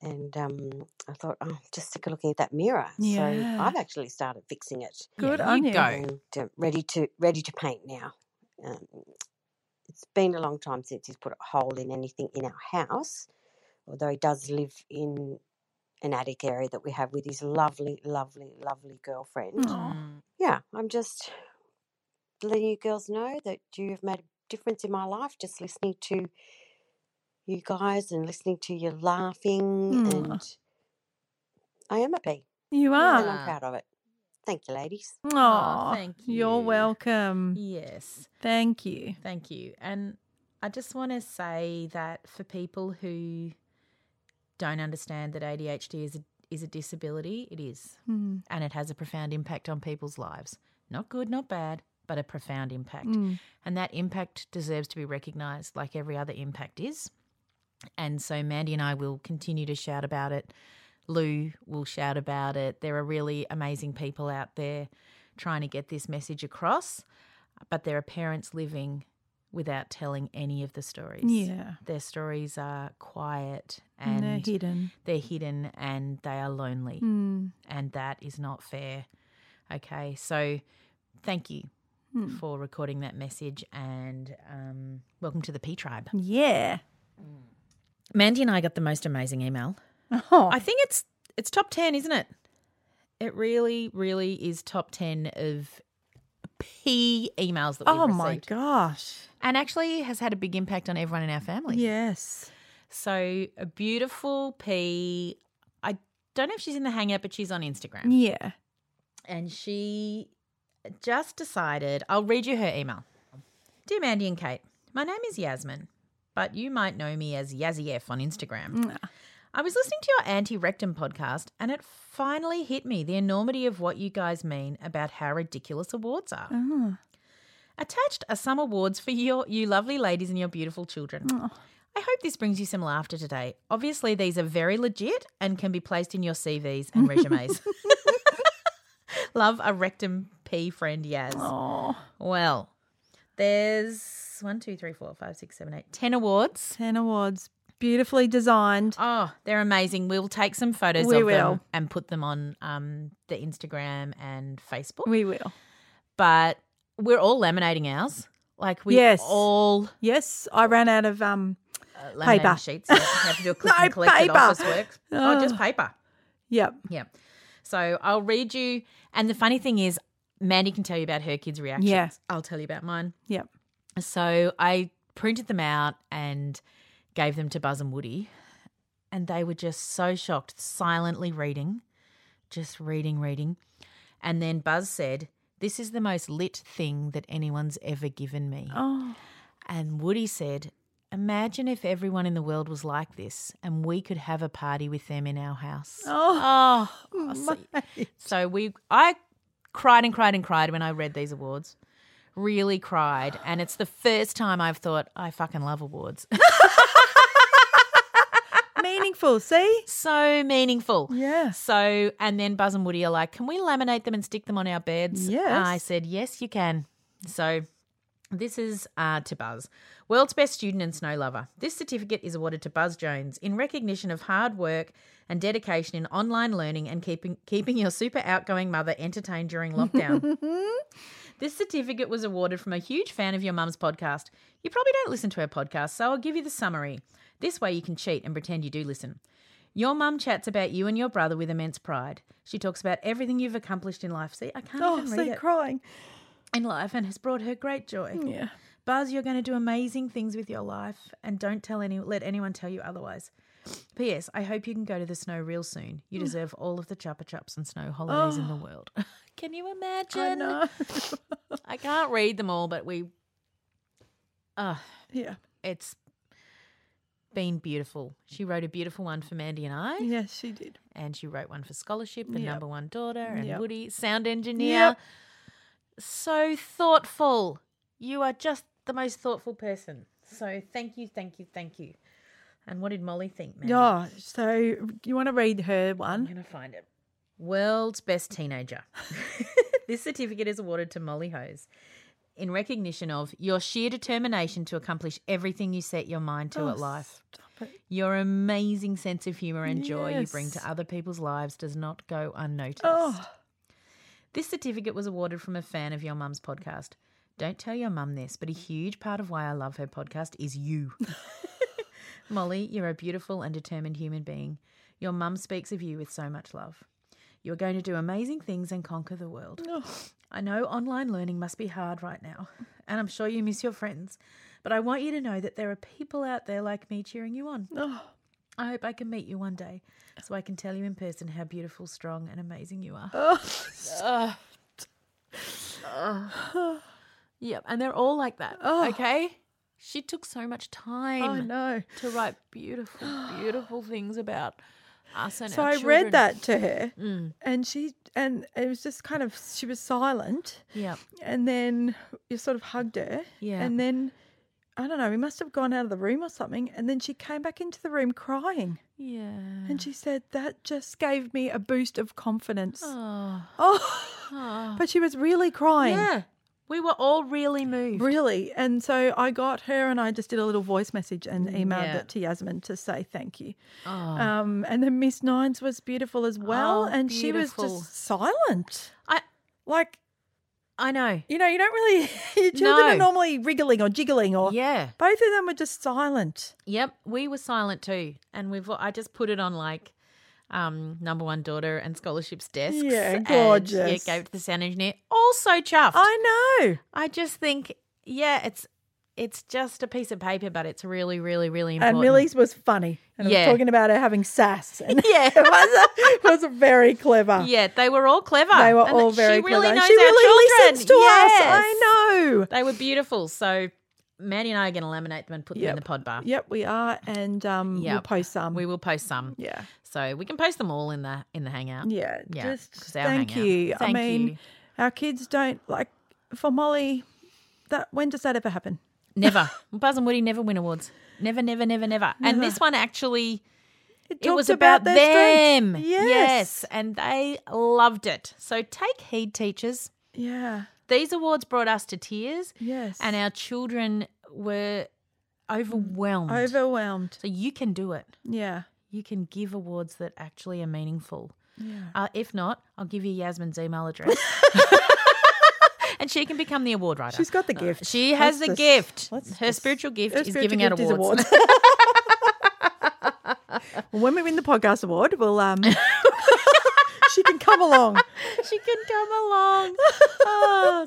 Speaker 4: and um, I thought, oh, I'm just sick of looking at that mirror. So
Speaker 1: Yeah.
Speaker 4: I've actually started fixing it.
Speaker 1: Good
Speaker 2: yeah,
Speaker 1: on you.
Speaker 2: go.
Speaker 4: And um, ready to ready to paint now. Um, it's been a long time since he's put a hole in anything in our house, although he does live in an attic area that we have with his lovely, lovely, lovely girlfriend.
Speaker 1: Aw.
Speaker 2: Mm.
Speaker 4: Yeah, I'm just letting you girls know that you have made a difference in my life just listening to you guys and listening to you laughing
Speaker 1: Aw.
Speaker 4: and I am a bee
Speaker 1: You
Speaker 4: and
Speaker 1: are.
Speaker 4: I'm proud of it. Thank you, ladies.
Speaker 1: Oh,
Speaker 2: thank
Speaker 1: You're
Speaker 2: you.
Speaker 1: welcome.
Speaker 2: Yes.
Speaker 1: Thank you.
Speaker 2: Thank you. And I just want to say that for people who don't understand that ADHD is a, is a disability, it is.
Speaker 1: Mm.
Speaker 2: And it has a profound impact on people's lives. Not good, not bad, but a profound impact.
Speaker 1: Mm.
Speaker 2: And that impact deserves to be recognised like every other impact is. And so Mandy and I will continue to shout about it. Lou will shout about it. There are really amazing people out there trying to get this message across, but there are parents living without telling any of the
Speaker 1: Hmm.
Speaker 2: stories.
Speaker 1: Yeah.
Speaker 2: Their stories are quiet
Speaker 1: And
Speaker 2: and
Speaker 1: they're hidden.
Speaker 2: they're hidden and they are lonely
Speaker 1: Mm.
Speaker 2: and that is not fair. Okay, so thank you
Speaker 1: Hmm.
Speaker 2: for recording that message and um, welcome to the P Tribe.
Speaker 1: Yeah.
Speaker 2: Mandy and I got the most amazing email.
Speaker 1: Oh.
Speaker 2: I think it's it's top ten, isn't it? It really, really is top ten of P emails that we've
Speaker 1: oh my
Speaker 2: received.
Speaker 1: gosh.
Speaker 2: and actually has had a big impact on everyone in our family.
Speaker 1: Yes.
Speaker 2: So a beautiful P. I don't know if she's in the hangout, but she's on Instagram.
Speaker 1: Yeah.
Speaker 2: and she just decided, I'll read you her email. Dear Mandy and Kate, my name is Yasmin, but you might know me as Yazzie F on Instagram. I was listening to your anti rectum podcast and it finally hit me the enormity of what you guys mean about how ridiculous awards are. Attached are some awards for your, you lovely ladies and your beautiful children.
Speaker 1: Oh.
Speaker 2: I hope this brings you some laughter today. Obviously, these are very legit and can be placed in your CVs and resumes.
Speaker 1: *laughs*
Speaker 2: Love a rectum P friend, Yaz.
Speaker 1: Oh.
Speaker 2: Well, there's one, two, three, four, five, six, seven, eight, ten awards.
Speaker 1: 10 awards. Beautifully designed.
Speaker 2: Oh, they're amazing. We'll take some photos
Speaker 1: We
Speaker 2: of
Speaker 1: will.
Speaker 2: them and put them on um, the Instagram and Facebook.
Speaker 1: We will.
Speaker 2: but we're all laminating ours. Like we
Speaker 1: Yes.
Speaker 2: all
Speaker 1: Yes, I ran out of um
Speaker 2: uh, laminated
Speaker 1: Paper.
Speaker 2: sheets. Yeah,
Speaker 1: *laughs*
Speaker 2: have to do a click
Speaker 1: No,
Speaker 2: and collect
Speaker 1: paper.
Speaker 2: at Office Works. Oh, just paper.
Speaker 1: yep.
Speaker 2: Yeah. So I'll read you. And the funny thing is, Mandy can tell you about her kids' reactions.
Speaker 1: Yeah.
Speaker 2: I'll tell you about mine.
Speaker 1: Yep.
Speaker 2: So I printed them out and gave them to Buzz and Woody, and they were just so shocked, silently reading, just reading, reading. And then Buzz said, This is the most lit thing that anyone's ever given me.
Speaker 1: Oh.
Speaker 2: And Woody said, Imagine if everyone in the world was like this and we could have a party with them in our house.
Speaker 1: Oh,
Speaker 2: Oh, I see.
Speaker 1: *laughs* mate.
Speaker 2: So we I cried and cried and cried when I read these awards. Really cried. And it's the first time I've thought I fucking love awards.
Speaker 1: meaningful,
Speaker 2: *laughs*
Speaker 1: see?
Speaker 2: so meaningful.
Speaker 1: Yeah.
Speaker 2: So and then Buzz and Woody are like, Can we laminate them and stick them on our beds?
Speaker 1: Yes.
Speaker 2: I said, Yes, you can. So This is uh, to Buzz, world's best student and snow lover. This certificate is awarded to Buzz Jones in recognition of hard work and dedication in online learning and keeping keeping your super outgoing mother entertained during lockdown. this certificate was awarded from a huge fan of your mum's podcast. You probably don't listen to her podcast, so I'll give you the summary. This way you can cheat and pretend you do listen. Your mum chats about you and your brother with immense pride. She talks about everything you've accomplished in life. See, I can't
Speaker 1: Oh,
Speaker 2: even
Speaker 1: see,
Speaker 2: read it
Speaker 1: crying.
Speaker 2: in life and has brought her great joy.
Speaker 1: Yeah.
Speaker 2: Buzz, you're going to do amazing things with your life and don't tell any let anyone tell you otherwise. P.S. I hope you can go to the snow real soon. You
Speaker 1: Mm.
Speaker 2: deserve all of the chupa chups and snow holidays in the world. *laughs* can you imagine?
Speaker 1: Oh. I
Speaker 2: *laughs*
Speaker 1: know. *laughs*
Speaker 2: I can't read them all, but we uh
Speaker 1: yeah.
Speaker 2: it's been beautiful. She wrote a beautiful one for Mandy and I,
Speaker 1: Yes, she did.
Speaker 2: and she wrote one for scholarship, the
Speaker 1: Yep.
Speaker 2: number one daughter, and
Speaker 1: Yep.
Speaker 2: Woody, sound engineer.
Speaker 1: Yep.
Speaker 2: So thoughtful. You are just the most thoughtful person. So thank you, thank you, thank you. And what did Molly think, Mandy?
Speaker 1: Yeah. So you want to read her
Speaker 2: I'm
Speaker 1: one?
Speaker 2: going to find it. World's Best Teenager. *laughs* this certificate is awarded to Molly Hose in recognition of your sheer determination to accomplish everything you set your mind to at
Speaker 1: Oh,
Speaker 2: life.
Speaker 1: Stop it.
Speaker 2: Your amazing sense of humour and joy you bring
Speaker 1: Yes.
Speaker 2: to other people's lives does not go unnoticed.
Speaker 1: Oh,
Speaker 2: This certificate was awarded from a fan of your mum's podcast. Don't tell your mum this, but a huge part of why I love her podcast
Speaker 1: *laughs*
Speaker 2: is you. Molly, you're a beautiful and determined human being. Your mum speaks of you with so much love. You're going to do amazing things and conquer the world.
Speaker 1: oh,
Speaker 2: I know online learning must be hard right now, and I'm sure you miss your friends, but I want you to know that there are people out there like me cheering you on.
Speaker 1: Oh.
Speaker 2: I hope I can meet you one day so I can tell you in person how beautiful, strong, and amazing you are.
Speaker 1: Oh.
Speaker 2: *sighs* Yep, and they're all like that. Okay? She took so much time
Speaker 1: Oh. I know.
Speaker 2: to write beautiful, beautiful things about us and
Speaker 1: So
Speaker 2: our
Speaker 1: I
Speaker 2: children. Mm.
Speaker 1: read that to her, and she and it was just kind of she was silent,
Speaker 2: Yep.
Speaker 1: and then you sort of hugged her,
Speaker 2: Yeah.
Speaker 1: and then. I don't know. We must have gone out of the room or something, and then she came back into the room crying,
Speaker 2: Yeah.
Speaker 1: and
Speaker 2: Ah.
Speaker 1: she said that just gave me a boost of confidence.
Speaker 2: Oh,
Speaker 1: Oh, but she was really crying.
Speaker 2: Ah. yeah. We were all really moved.
Speaker 1: Really. And so I got her and I just did a little voice message and emailed
Speaker 2: Mm, yeah.
Speaker 1: it to Yasmin to say thank you. Um, and then Miss Nines was beautiful as well.
Speaker 2: Oh,
Speaker 1: and she was
Speaker 2: beautiful.
Speaker 1: just silent.
Speaker 2: I
Speaker 1: Like,
Speaker 2: I know.
Speaker 1: you know, you don't really, *laughs* your children are
Speaker 2: No.
Speaker 1: normally wriggling or jiggling or.
Speaker 2: Yeah.
Speaker 1: Both of them were just silent.
Speaker 2: Yep, we were silent too, and we've I just put it on like um number one daughter and scholarships desks.
Speaker 1: Yeah,
Speaker 2: and,
Speaker 1: gorgeous.
Speaker 2: yeah, gave it to the sound engineer. Also chuffed. I,
Speaker 1: I know.
Speaker 2: just think, yeah, it's It's just a piece of paper, but it's really, really, really important.
Speaker 1: And Millie's was funny. And it
Speaker 2: Yeah.
Speaker 1: was talking about her having sass. And *laughs*
Speaker 2: *laughs* Yeah.
Speaker 1: it was, it was very clever.
Speaker 2: Yeah, they were all clever.
Speaker 1: They were
Speaker 2: And
Speaker 1: all very
Speaker 2: She really
Speaker 1: clever.
Speaker 2: knows
Speaker 1: she
Speaker 2: our
Speaker 1: really
Speaker 2: children.
Speaker 1: listens to
Speaker 2: yes.
Speaker 1: us. I know.
Speaker 2: They were beautiful. So Maddie and I are going to laminate them and put them in the pod bar.
Speaker 1: Yep, we are. And um, we'll
Speaker 2: Yep.
Speaker 1: post some.
Speaker 2: We will post some.
Speaker 1: Yeah.
Speaker 2: So we can post them all in the in the hangout.
Speaker 1: Yeah.
Speaker 2: Yeah,
Speaker 1: Just
Speaker 2: 'cause they'll
Speaker 1: thank
Speaker 2: hang out.
Speaker 1: you. I
Speaker 2: Thank
Speaker 1: mean,
Speaker 2: you.
Speaker 1: our kids don't like, for Molly, that when does that ever happen? *laughs*
Speaker 2: Never. Buzz and Woody never win awards. Never, never, never, never. And this one actually it
Speaker 1: talked
Speaker 2: was about,
Speaker 1: their
Speaker 2: them.
Speaker 1: strengths.
Speaker 2: yes.
Speaker 1: Yes.
Speaker 2: And they loved it. So take heed, teachers.
Speaker 1: Yeah.
Speaker 2: These awards brought us to tears.
Speaker 1: Yes.
Speaker 2: And our children were overwhelmed.
Speaker 1: Overwhelmed.
Speaker 2: so you can do it.
Speaker 1: Yeah.
Speaker 2: You can give awards that actually are meaningful.
Speaker 1: Yeah.
Speaker 2: Uh, if not, I'll give you Yasmin's email
Speaker 1: *laughs*
Speaker 2: address. and she can become the award writer.
Speaker 1: She's got the gift.
Speaker 2: Uh, She
Speaker 1: Let's
Speaker 2: has the
Speaker 1: just-
Speaker 2: gift.
Speaker 1: let's
Speaker 2: Her
Speaker 1: just-
Speaker 2: spiritual gift
Speaker 1: her
Speaker 2: is
Speaker 1: spiritual
Speaker 2: giving out
Speaker 1: gift is
Speaker 2: awards. *laughs*
Speaker 1: awards. well, when we win the podcast award, we'll um, *laughs* she can come
Speaker 2: *laughs*
Speaker 1: along.
Speaker 2: she can come along.
Speaker 1: Ah,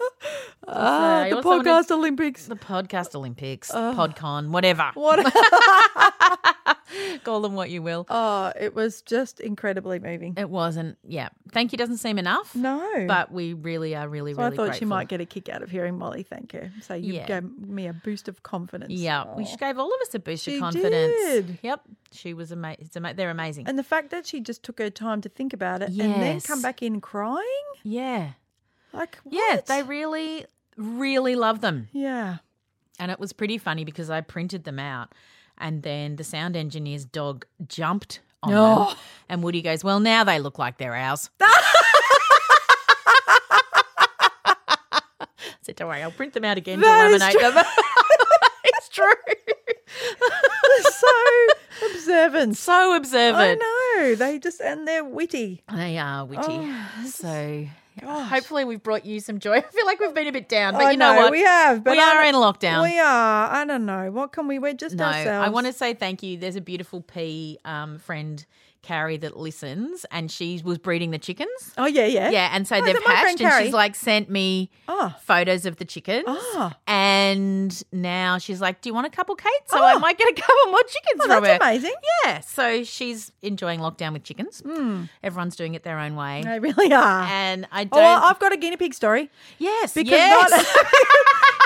Speaker 2: I
Speaker 1: the
Speaker 2: also wanna-
Speaker 1: podcast
Speaker 2: *laughs*
Speaker 1: Olympics.
Speaker 2: The podcast Olympics, PodCon, whatever.
Speaker 1: What?
Speaker 2: *laughs* Call them what you will.
Speaker 1: oh, it was just incredibly moving.
Speaker 2: It wasn't, yeah. Thank you doesn't seem enough.
Speaker 1: No,
Speaker 2: But we really are really,
Speaker 1: so
Speaker 2: really
Speaker 1: I thought
Speaker 2: grateful.
Speaker 1: she might get a kick out of hearing Molly thank her. So you
Speaker 2: Yeah.
Speaker 1: gave me a boost of confidence.
Speaker 2: Yeah, we
Speaker 1: Aw.
Speaker 2: she gave all of us a boost
Speaker 1: She
Speaker 2: of confidence.
Speaker 1: did.
Speaker 2: Yep, she was amazing. They're amazing.
Speaker 1: And the fact that she just took her time to think about it and then
Speaker 2: Yes.
Speaker 1: come back in crying,
Speaker 2: yeah,
Speaker 1: like what?
Speaker 2: yeah, they really, really love them.
Speaker 1: yeah.
Speaker 2: And it was pretty funny because I printed them out and then the sound engineer's dog jumped on them. And Woody goes, Well, now they look like they're ours. *laughs* I said, Don't worry, I'll print them out again to
Speaker 1: That is
Speaker 2: laminate
Speaker 1: true.
Speaker 2: them. *laughs* it's true.
Speaker 1: so observant.
Speaker 2: so observant.
Speaker 1: I know. They just and they're witty.
Speaker 2: They are witty.
Speaker 1: Oh,
Speaker 2: so
Speaker 1: gosh.
Speaker 2: hopefully we've brought you some joy. *laughs* I feel like we've been a bit down, but
Speaker 1: I
Speaker 2: you know,
Speaker 1: know,
Speaker 2: what?
Speaker 1: we have, but
Speaker 2: we
Speaker 1: I-
Speaker 2: are in lockdown.
Speaker 1: We are. I don't know. What can we? We're just
Speaker 2: No,
Speaker 1: ourselves.
Speaker 2: I want to say thank you. There's a beautiful pea um, friend, Carrie, that listens, and she was breeding the chickens.
Speaker 1: Oh yeah, yeah,
Speaker 2: Yeah, and so
Speaker 1: Oh, is
Speaker 2: they've
Speaker 1: it my friend
Speaker 2: hatched, and
Speaker 1: Carrie?
Speaker 2: she's like sent me
Speaker 1: Oh.
Speaker 2: photos of the chickens.
Speaker 1: *gasps* Oh.
Speaker 2: And now she's like, "Do you want a couple, Kate?" So I might get a couple more chickens
Speaker 1: Ah. Oh,
Speaker 2: from
Speaker 1: that's
Speaker 2: her.
Speaker 1: amazing.
Speaker 2: Yeah, so she's enjoying lockdown with chickens. Everyone's doing it their own way,
Speaker 1: They really are.
Speaker 2: and I
Speaker 1: Hmm. oh,
Speaker 2: don't.
Speaker 1: well, I've got a guinea pig story
Speaker 2: yes,
Speaker 1: because
Speaker 2: yes. *laughs*
Speaker 1: not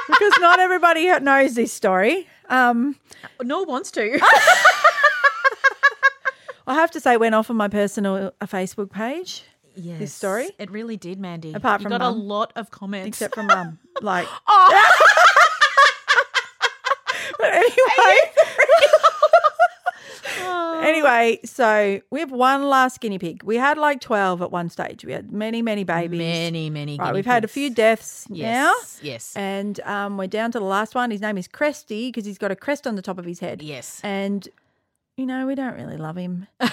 Speaker 1: *laughs* because not everybody knows this story. Um,
Speaker 2: Nor wants to.
Speaker 1: I have to say, it went off on my personal uh, Facebook page,
Speaker 2: yes.
Speaker 1: story?
Speaker 2: It really did, Mandy.
Speaker 1: Apart
Speaker 2: You
Speaker 1: from
Speaker 2: got a
Speaker 1: mum.
Speaker 2: lot of comments.
Speaker 1: except from
Speaker 2: *laughs*
Speaker 1: mum. Like,
Speaker 2: Oh.
Speaker 1: *laughs* but anyway. *laughs* Anyway, so we have one last guinea pig. We had like 12 at one stage. We had many, many babies.
Speaker 2: Many, many.
Speaker 1: Right,
Speaker 2: guinea
Speaker 1: we've had a
Speaker 2: pigs.
Speaker 1: few deaths now.
Speaker 2: Yes, yes.
Speaker 1: And um, we're down to the last one. His name is Cresty because he's got a crest on the top of his head.
Speaker 2: Yes.
Speaker 1: And, you know, we don't really love
Speaker 2: *laughs*
Speaker 1: him. but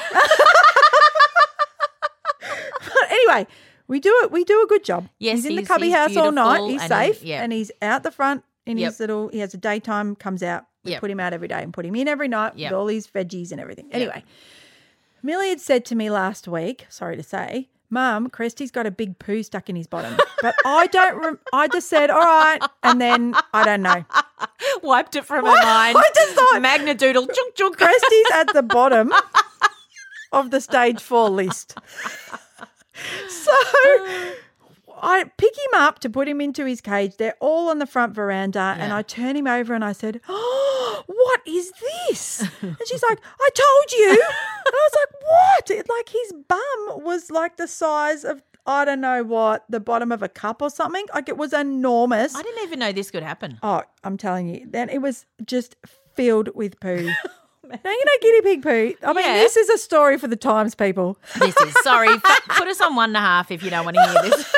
Speaker 1: anyway, we do it. We do a good job.
Speaker 2: Yes,
Speaker 1: he's in the
Speaker 2: he's-
Speaker 1: cubby
Speaker 2: he's
Speaker 1: house all night.
Speaker 2: beautiful
Speaker 1: He's
Speaker 2: and he-
Speaker 1: safe,
Speaker 2: yeah.
Speaker 1: and he's out the front in
Speaker 2: Yep.
Speaker 1: his little. He has a daytime. Comes out. We
Speaker 2: Yep.
Speaker 1: put him out every day and put him in every night
Speaker 2: Yep.
Speaker 1: with all his veggies and everything. Anyway, Millie had said to me last week, sorry to say, Mum, Cresty's got a big poo stuck in his bottom. But I don't, rem- I just said, all right. And then I don't know.
Speaker 2: *laughs* Wiped it from her mind.
Speaker 1: I just thought-
Speaker 2: Magna Doodle. Chunk, chunk.
Speaker 1: Cresty's at the bottom of the stage four list. So I pick him up to put him into his cage. They're all on the front veranda. And I turn him over and I said, Oh, what is this? And she's like, I told you. And I was like, What? It, like his bum was like the size of, I don't know what, the bottom of a cup or something. Like it was enormous.
Speaker 2: I didn't even know this could happen.
Speaker 1: Oh, I'm telling you, then it was just filled with poo. Now you know guinea pig poo. I mean,
Speaker 2: Yeah.
Speaker 1: this is a story for the Times people.
Speaker 2: This is sorry. fa- Put us on one and a half if you don't want to hear this.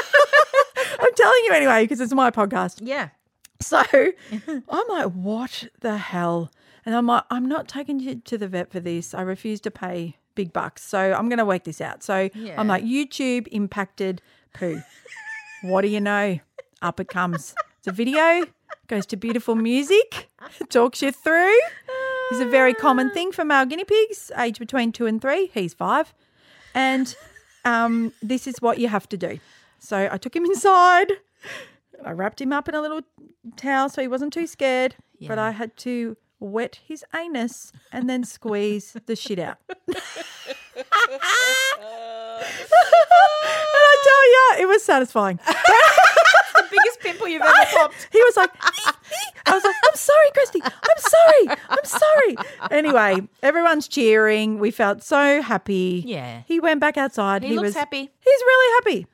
Speaker 1: I'm telling you anyway because it's my podcast.
Speaker 2: *laughs* Yeah.
Speaker 1: *laughs* So I'm like, what the hell? And I'm like, I'm not taking you to the vet for this. I refuse to pay big bucks. So I'm going to work this out. So
Speaker 2: Yeah.
Speaker 1: I'm like, YouTube impacted poo. what do you know? Up it comes. It's a video, goes to beautiful music, *laughs* talks you through. It's a very common thing for male guinea pigs, age between two and three. He's five. And um, this is what you have to do. So I took him inside. I wrapped him up in a little towel so he wasn't too scared, but
Speaker 2: Yeah.
Speaker 1: I had to wet his anus and then squeeze the shit out. *laughs* and I tell you, it was satisfying.
Speaker 2: the biggest pimple you've ever *laughs* popped.
Speaker 1: He was like, I was like, I'm sorry, Christy. I'm sorry. I'm sorry. Anyway, everyone's cheering. We felt so happy.
Speaker 2: Yeah.
Speaker 1: He went back outside.
Speaker 2: He looks happy.
Speaker 1: He's really happy.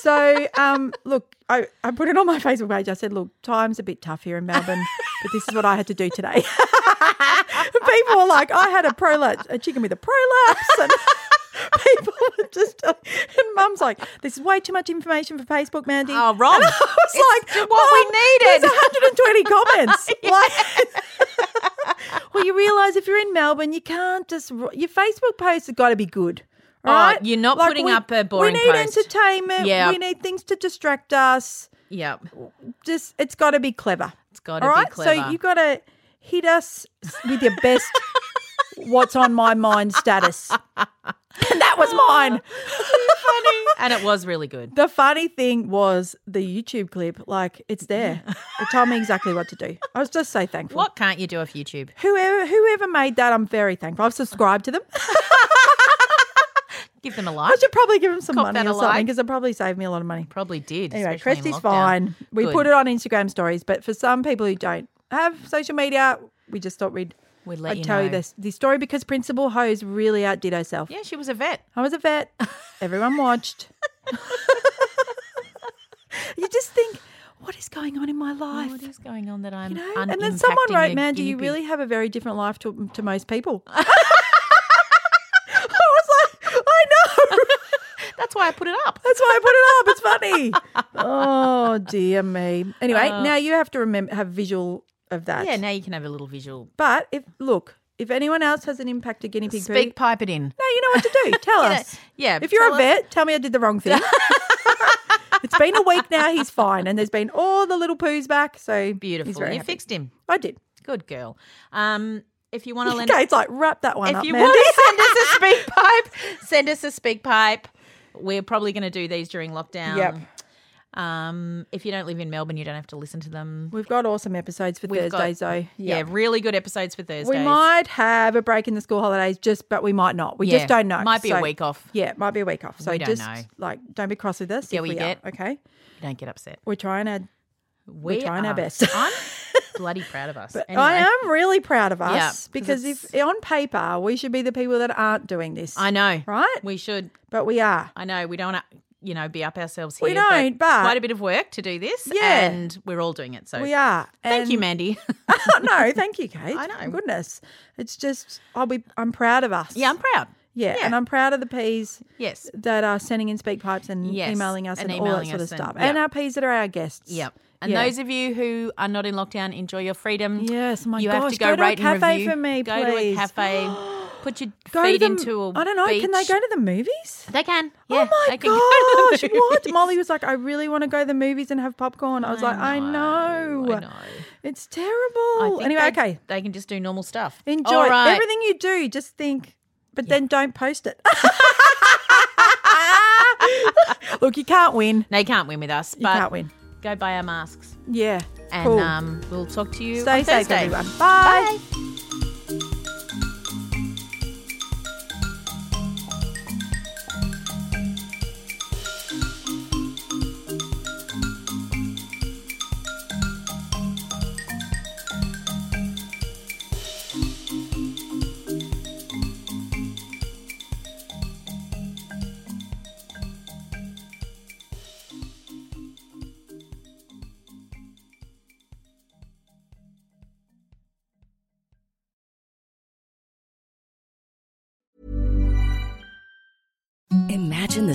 Speaker 1: So, um, look, I, I put it on my Facebook page. I said, look, time's a bit tough here in Melbourne, but this is what I had to do today. *laughs* People were like, I had a prolapse, a chicken with a prolapse. And *laughs* people were just, and mum's like, this is way too much information for Facebook, Mandy.
Speaker 2: *laughs* *laughs* Oh, wrong.
Speaker 1: And I was
Speaker 2: It's
Speaker 1: like,
Speaker 2: what we
Speaker 1: "Mum,
Speaker 2: needed."
Speaker 1: There's 120
Speaker 2: *laughs*
Speaker 1: comments. Like, *laughs* well, you realise if you're in Melbourne, you can't just your Facebook posts have got to be good.
Speaker 2: Oh,
Speaker 1: Right?
Speaker 2: you're not putting up a boring
Speaker 1: We need
Speaker 2: post.
Speaker 1: entertainment.
Speaker 2: Yeah.
Speaker 1: We need things to distract us.
Speaker 2: Yep.
Speaker 1: Just it's got to be clever.
Speaker 2: It's got to
Speaker 1: All
Speaker 2: be
Speaker 1: right,
Speaker 2: clever.
Speaker 1: so you got to hit us with your
Speaker 2: *laughs*
Speaker 1: best. What's on my mind status? *laughs* and that
Speaker 2: Oh.
Speaker 1: was
Speaker 2: *laughs*
Speaker 1: mine.
Speaker 2: and it was really good.
Speaker 1: The funny thing was the YouTube clip, like it's there.
Speaker 2: *laughs*
Speaker 1: It told me exactly what to do. I was just so thankful.
Speaker 2: What can't you do off YouTube?
Speaker 1: Whoever whoever made that, I'm very thankful. I've subscribed
Speaker 2: *laughs*
Speaker 1: to them.
Speaker 2: Give them a
Speaker 1: I
Speaker 2: like.
Speaker 1: should probably give them some
Speaker 2: Cop
Speaker 1: money
Speaker 2: that
Speaker 1: or
Speaker 2: a
Speaker 1: something
Speaker 2: like.
Speaker 1: because it probably saved me a lot of money.
Speaker 2: Probably did.
Speaker 1: Anyway,
Speaker 2: especially
Speaker 1: Christy's
Speaker 2: in lockdown.
Speaker 1: fine. We
Speaker 2: Good.
Speaker 1: put it on Instagram stories, but for some people who don't have social media, we just thought we'd
Speaker 2: We'd let
Speaker 1: I'd
Speaker 2: you
Speaker 1: tell you
Speaker 2: know.
Speaker 1: this the story because Principal Hose really outdid herself.
Speaker 2: Yeah, she was a vet.
Speaker 1: I was a
Speaker 2: *laughs*
Speaker 1: vet. Everyone watched. *laughs* you just think, what is going on in my life?
Speaker 2: What is going on that I'm
Speaker 1: you know? And then someone wrote, "Man, do you really have a very different life to, to most people?" *laughs* I was like, "I know." *laughs*
Speaker 2: That's why I put it up.
Speaker 1: That's why I put it up. It's funny. oh dear me. Anyway, now you have to remember have visual of that.
Speaker 2: Uh. Yeah, now you can have a little visual.
Speaker 1: But if look, if anyone else has an impact to guinea pig poo,
Speaker 2: Speak, pipe it in.
Speaker 1: no, you know what to
Speaker 2: *laughs*
Speaker 1: do. Tell
Speaker 2: know,
Speaker 1: us.
Speaker 2: yeah,
Speaker 1: If you're
Speaker 2: tell
Speaker 1: a
Speaker 2: us.
Speaker 1: vet, tell me I did the wrong
Speaker 2: *laughs*
Speaker 1: thing. it's been a week now. He's fine, and there's been all the little poos back. So He's
Speaker 2: Beautiful.
Speaker 1: very
Speaker 2: You
Speaker 1: happy.
Speaker 2: fixed him.
Speaker 1: I did.
Speaker 2: Good girl. Um, if you want
Speaker 1: *laughs*
Speaker 2: to lend,
Speaker 1: Okay, it's like wrap that one
Speaker 2: if
Speaker 1: up,
Speaker 2: you
Speaker 1: Mandy. *laughs*
Speaker 2: want to send us a speak pipe, send us a speak pipe. We're probably going to do these during lockdown.
Speaker 1: Yep.
Speaker 2: Um, if you don't live in Melbourne, you don't have to listen to them.
Speaker 1: We've got awesome episodes for
Speaker 2: We've got-
Speaker 1: Thursdays, though.
Speaker 2: Yeah, really good episodes for Thursdays.
Speaker 1: We might have a break in the school holidays, just but we might not. We
Speaker 2: Yeah,
Speaker 1: just don't know.
Speaker 2: might be a week off.
Speaker 1: Yeah, it might be a week off. So
Speaker 2: We don't
Speaker 1: just
Speaker 2: know.
Speaker 1: like don't be cross with us.
Speaker 2: Yeah,
Speaker 1: if
Speaker 2: we
Speaker 1: we
Speaker 2: get-
Speaker 1: Are, okay,
Speaker 2: Don't get upset.
Speaker 1: we're trying to.
Speaker 2: We're
Speaker 1: trying our best. *laughs*
Speaker 2: I'm bloody proud of us.
Speaker 1: But
Speaker 2: Anyway,
Speaker 1: I am really proud of us
Speaker 2: Yeah, 'cause
Speaker 1: because if on paper we should be the people that aren't doing this.
Speaker 2: I know.
Speaker 1: right?
Speaker 2: We should.
Speaker 1: but we are.
Speaker 2: I know. We don't. uh, You know, be up ourselves here.
Speaker 1: We don't, but-
Speaker 2: quite a bit of work to do this.
Speaker 1: Yeah.
Speaker 2: and we're all doing it. So
Speaker 1: We are.
Speaker 2: Thank you,
Speaker 1: And-
Speaker 2: Mandy.
Speaker 1: *laughs* no, thank
Speaker 2: *laughs*
Speaker 1: you, Kate.
Speaker 2: I know.
Speaker 1: Goodness, it's just I'll be. I'm proud of us.
Speaker 2: *laughs* yeah, I'm proud.
Speaker 1: Yeah,
Speaker 2: yeah.
Speaker 1: and I'm proud of the peas.
Speaker 2: Yes.
Speaker 1: That are sending in speak pipes and
Speaker 2: Yes,
Speaker 1: emailing us and,
Speaker 2: and
Speaker 1: all that
Speaker 2: emailing
Speaker 1: sort of
Speaker 2: us and-
Speaker 1: stuff.
Speaker 2: yeah.
Speaker 1: And our peas that are our guests.
Speaker 2: Yep. And
Speaker 1: Yeah.
Speaker 2: those of you who are not in lockdown, enjoy your freedom.
Speaker 1: Yes, my
Speaker 2: you have
Speaker 1: gosh,
Speaker 2: to go,
Speaker 1: go to a
Speaker 2: rate and
Speaker 1: cafe
Speaker 2: review.
Speaker 1: for me,
Speaker 2: go
Speaker 1: please.
Speaker 2: to
Speaker 1: *gasps*
Speaker 2: a cafe. put your
Speaker 1: Go
Speaker 2: feet
Speaker 1: to the,
Speaker 2: into a.
Speaker 1: I don't know. Can they
Speaker 2: beach.
Speaker 1: go to the movies?
Speaker 2: They can.
Speaker 1: oh
Speaker 2: Yeah,
Speaker 1: my
Speaker 2: they can go
Speaker 1: gosh!
Speaker 2: *laughs* to the
Speaker 1: What?
Speaker 2: movies.
Speaker 1: Molly was like, "I really want to go to the movies and have popcorn." I was like, "I know,
Speaker 2: I know.
Speaker 1: it's
Speaker 2: I
Speaker 1: terrible." Oh,
Speaker 2: think
Speaker 1: Anyway,
Speaker 2: they-
Speaker 1: okay.
Speaker 2: They can just do normal stuff.
Speaker 1: Enjoy
Speaker 2: All right.
Speaker 1: everything you do. Just think, but then don't post it. *laughs* Look, you can't win.
Speaker 2: No, you can't win with us,
Speaker 1: You
Speaker 2: but
Speaker 1: can't win.
Speaker 2: go buy our masks.
Speaker 1: Yeah.
Speaker 2: And
Speaker 1: cool.
Speaker 2: um, we'll talk to you
Speaker 1: Stay
Speaker 2: on
Speaker 1: safe,
Speaker 2: Thursday.
Speaker 1: everyone. Bye.
Speaker 2: Bye.
Speaker 5: Imagine the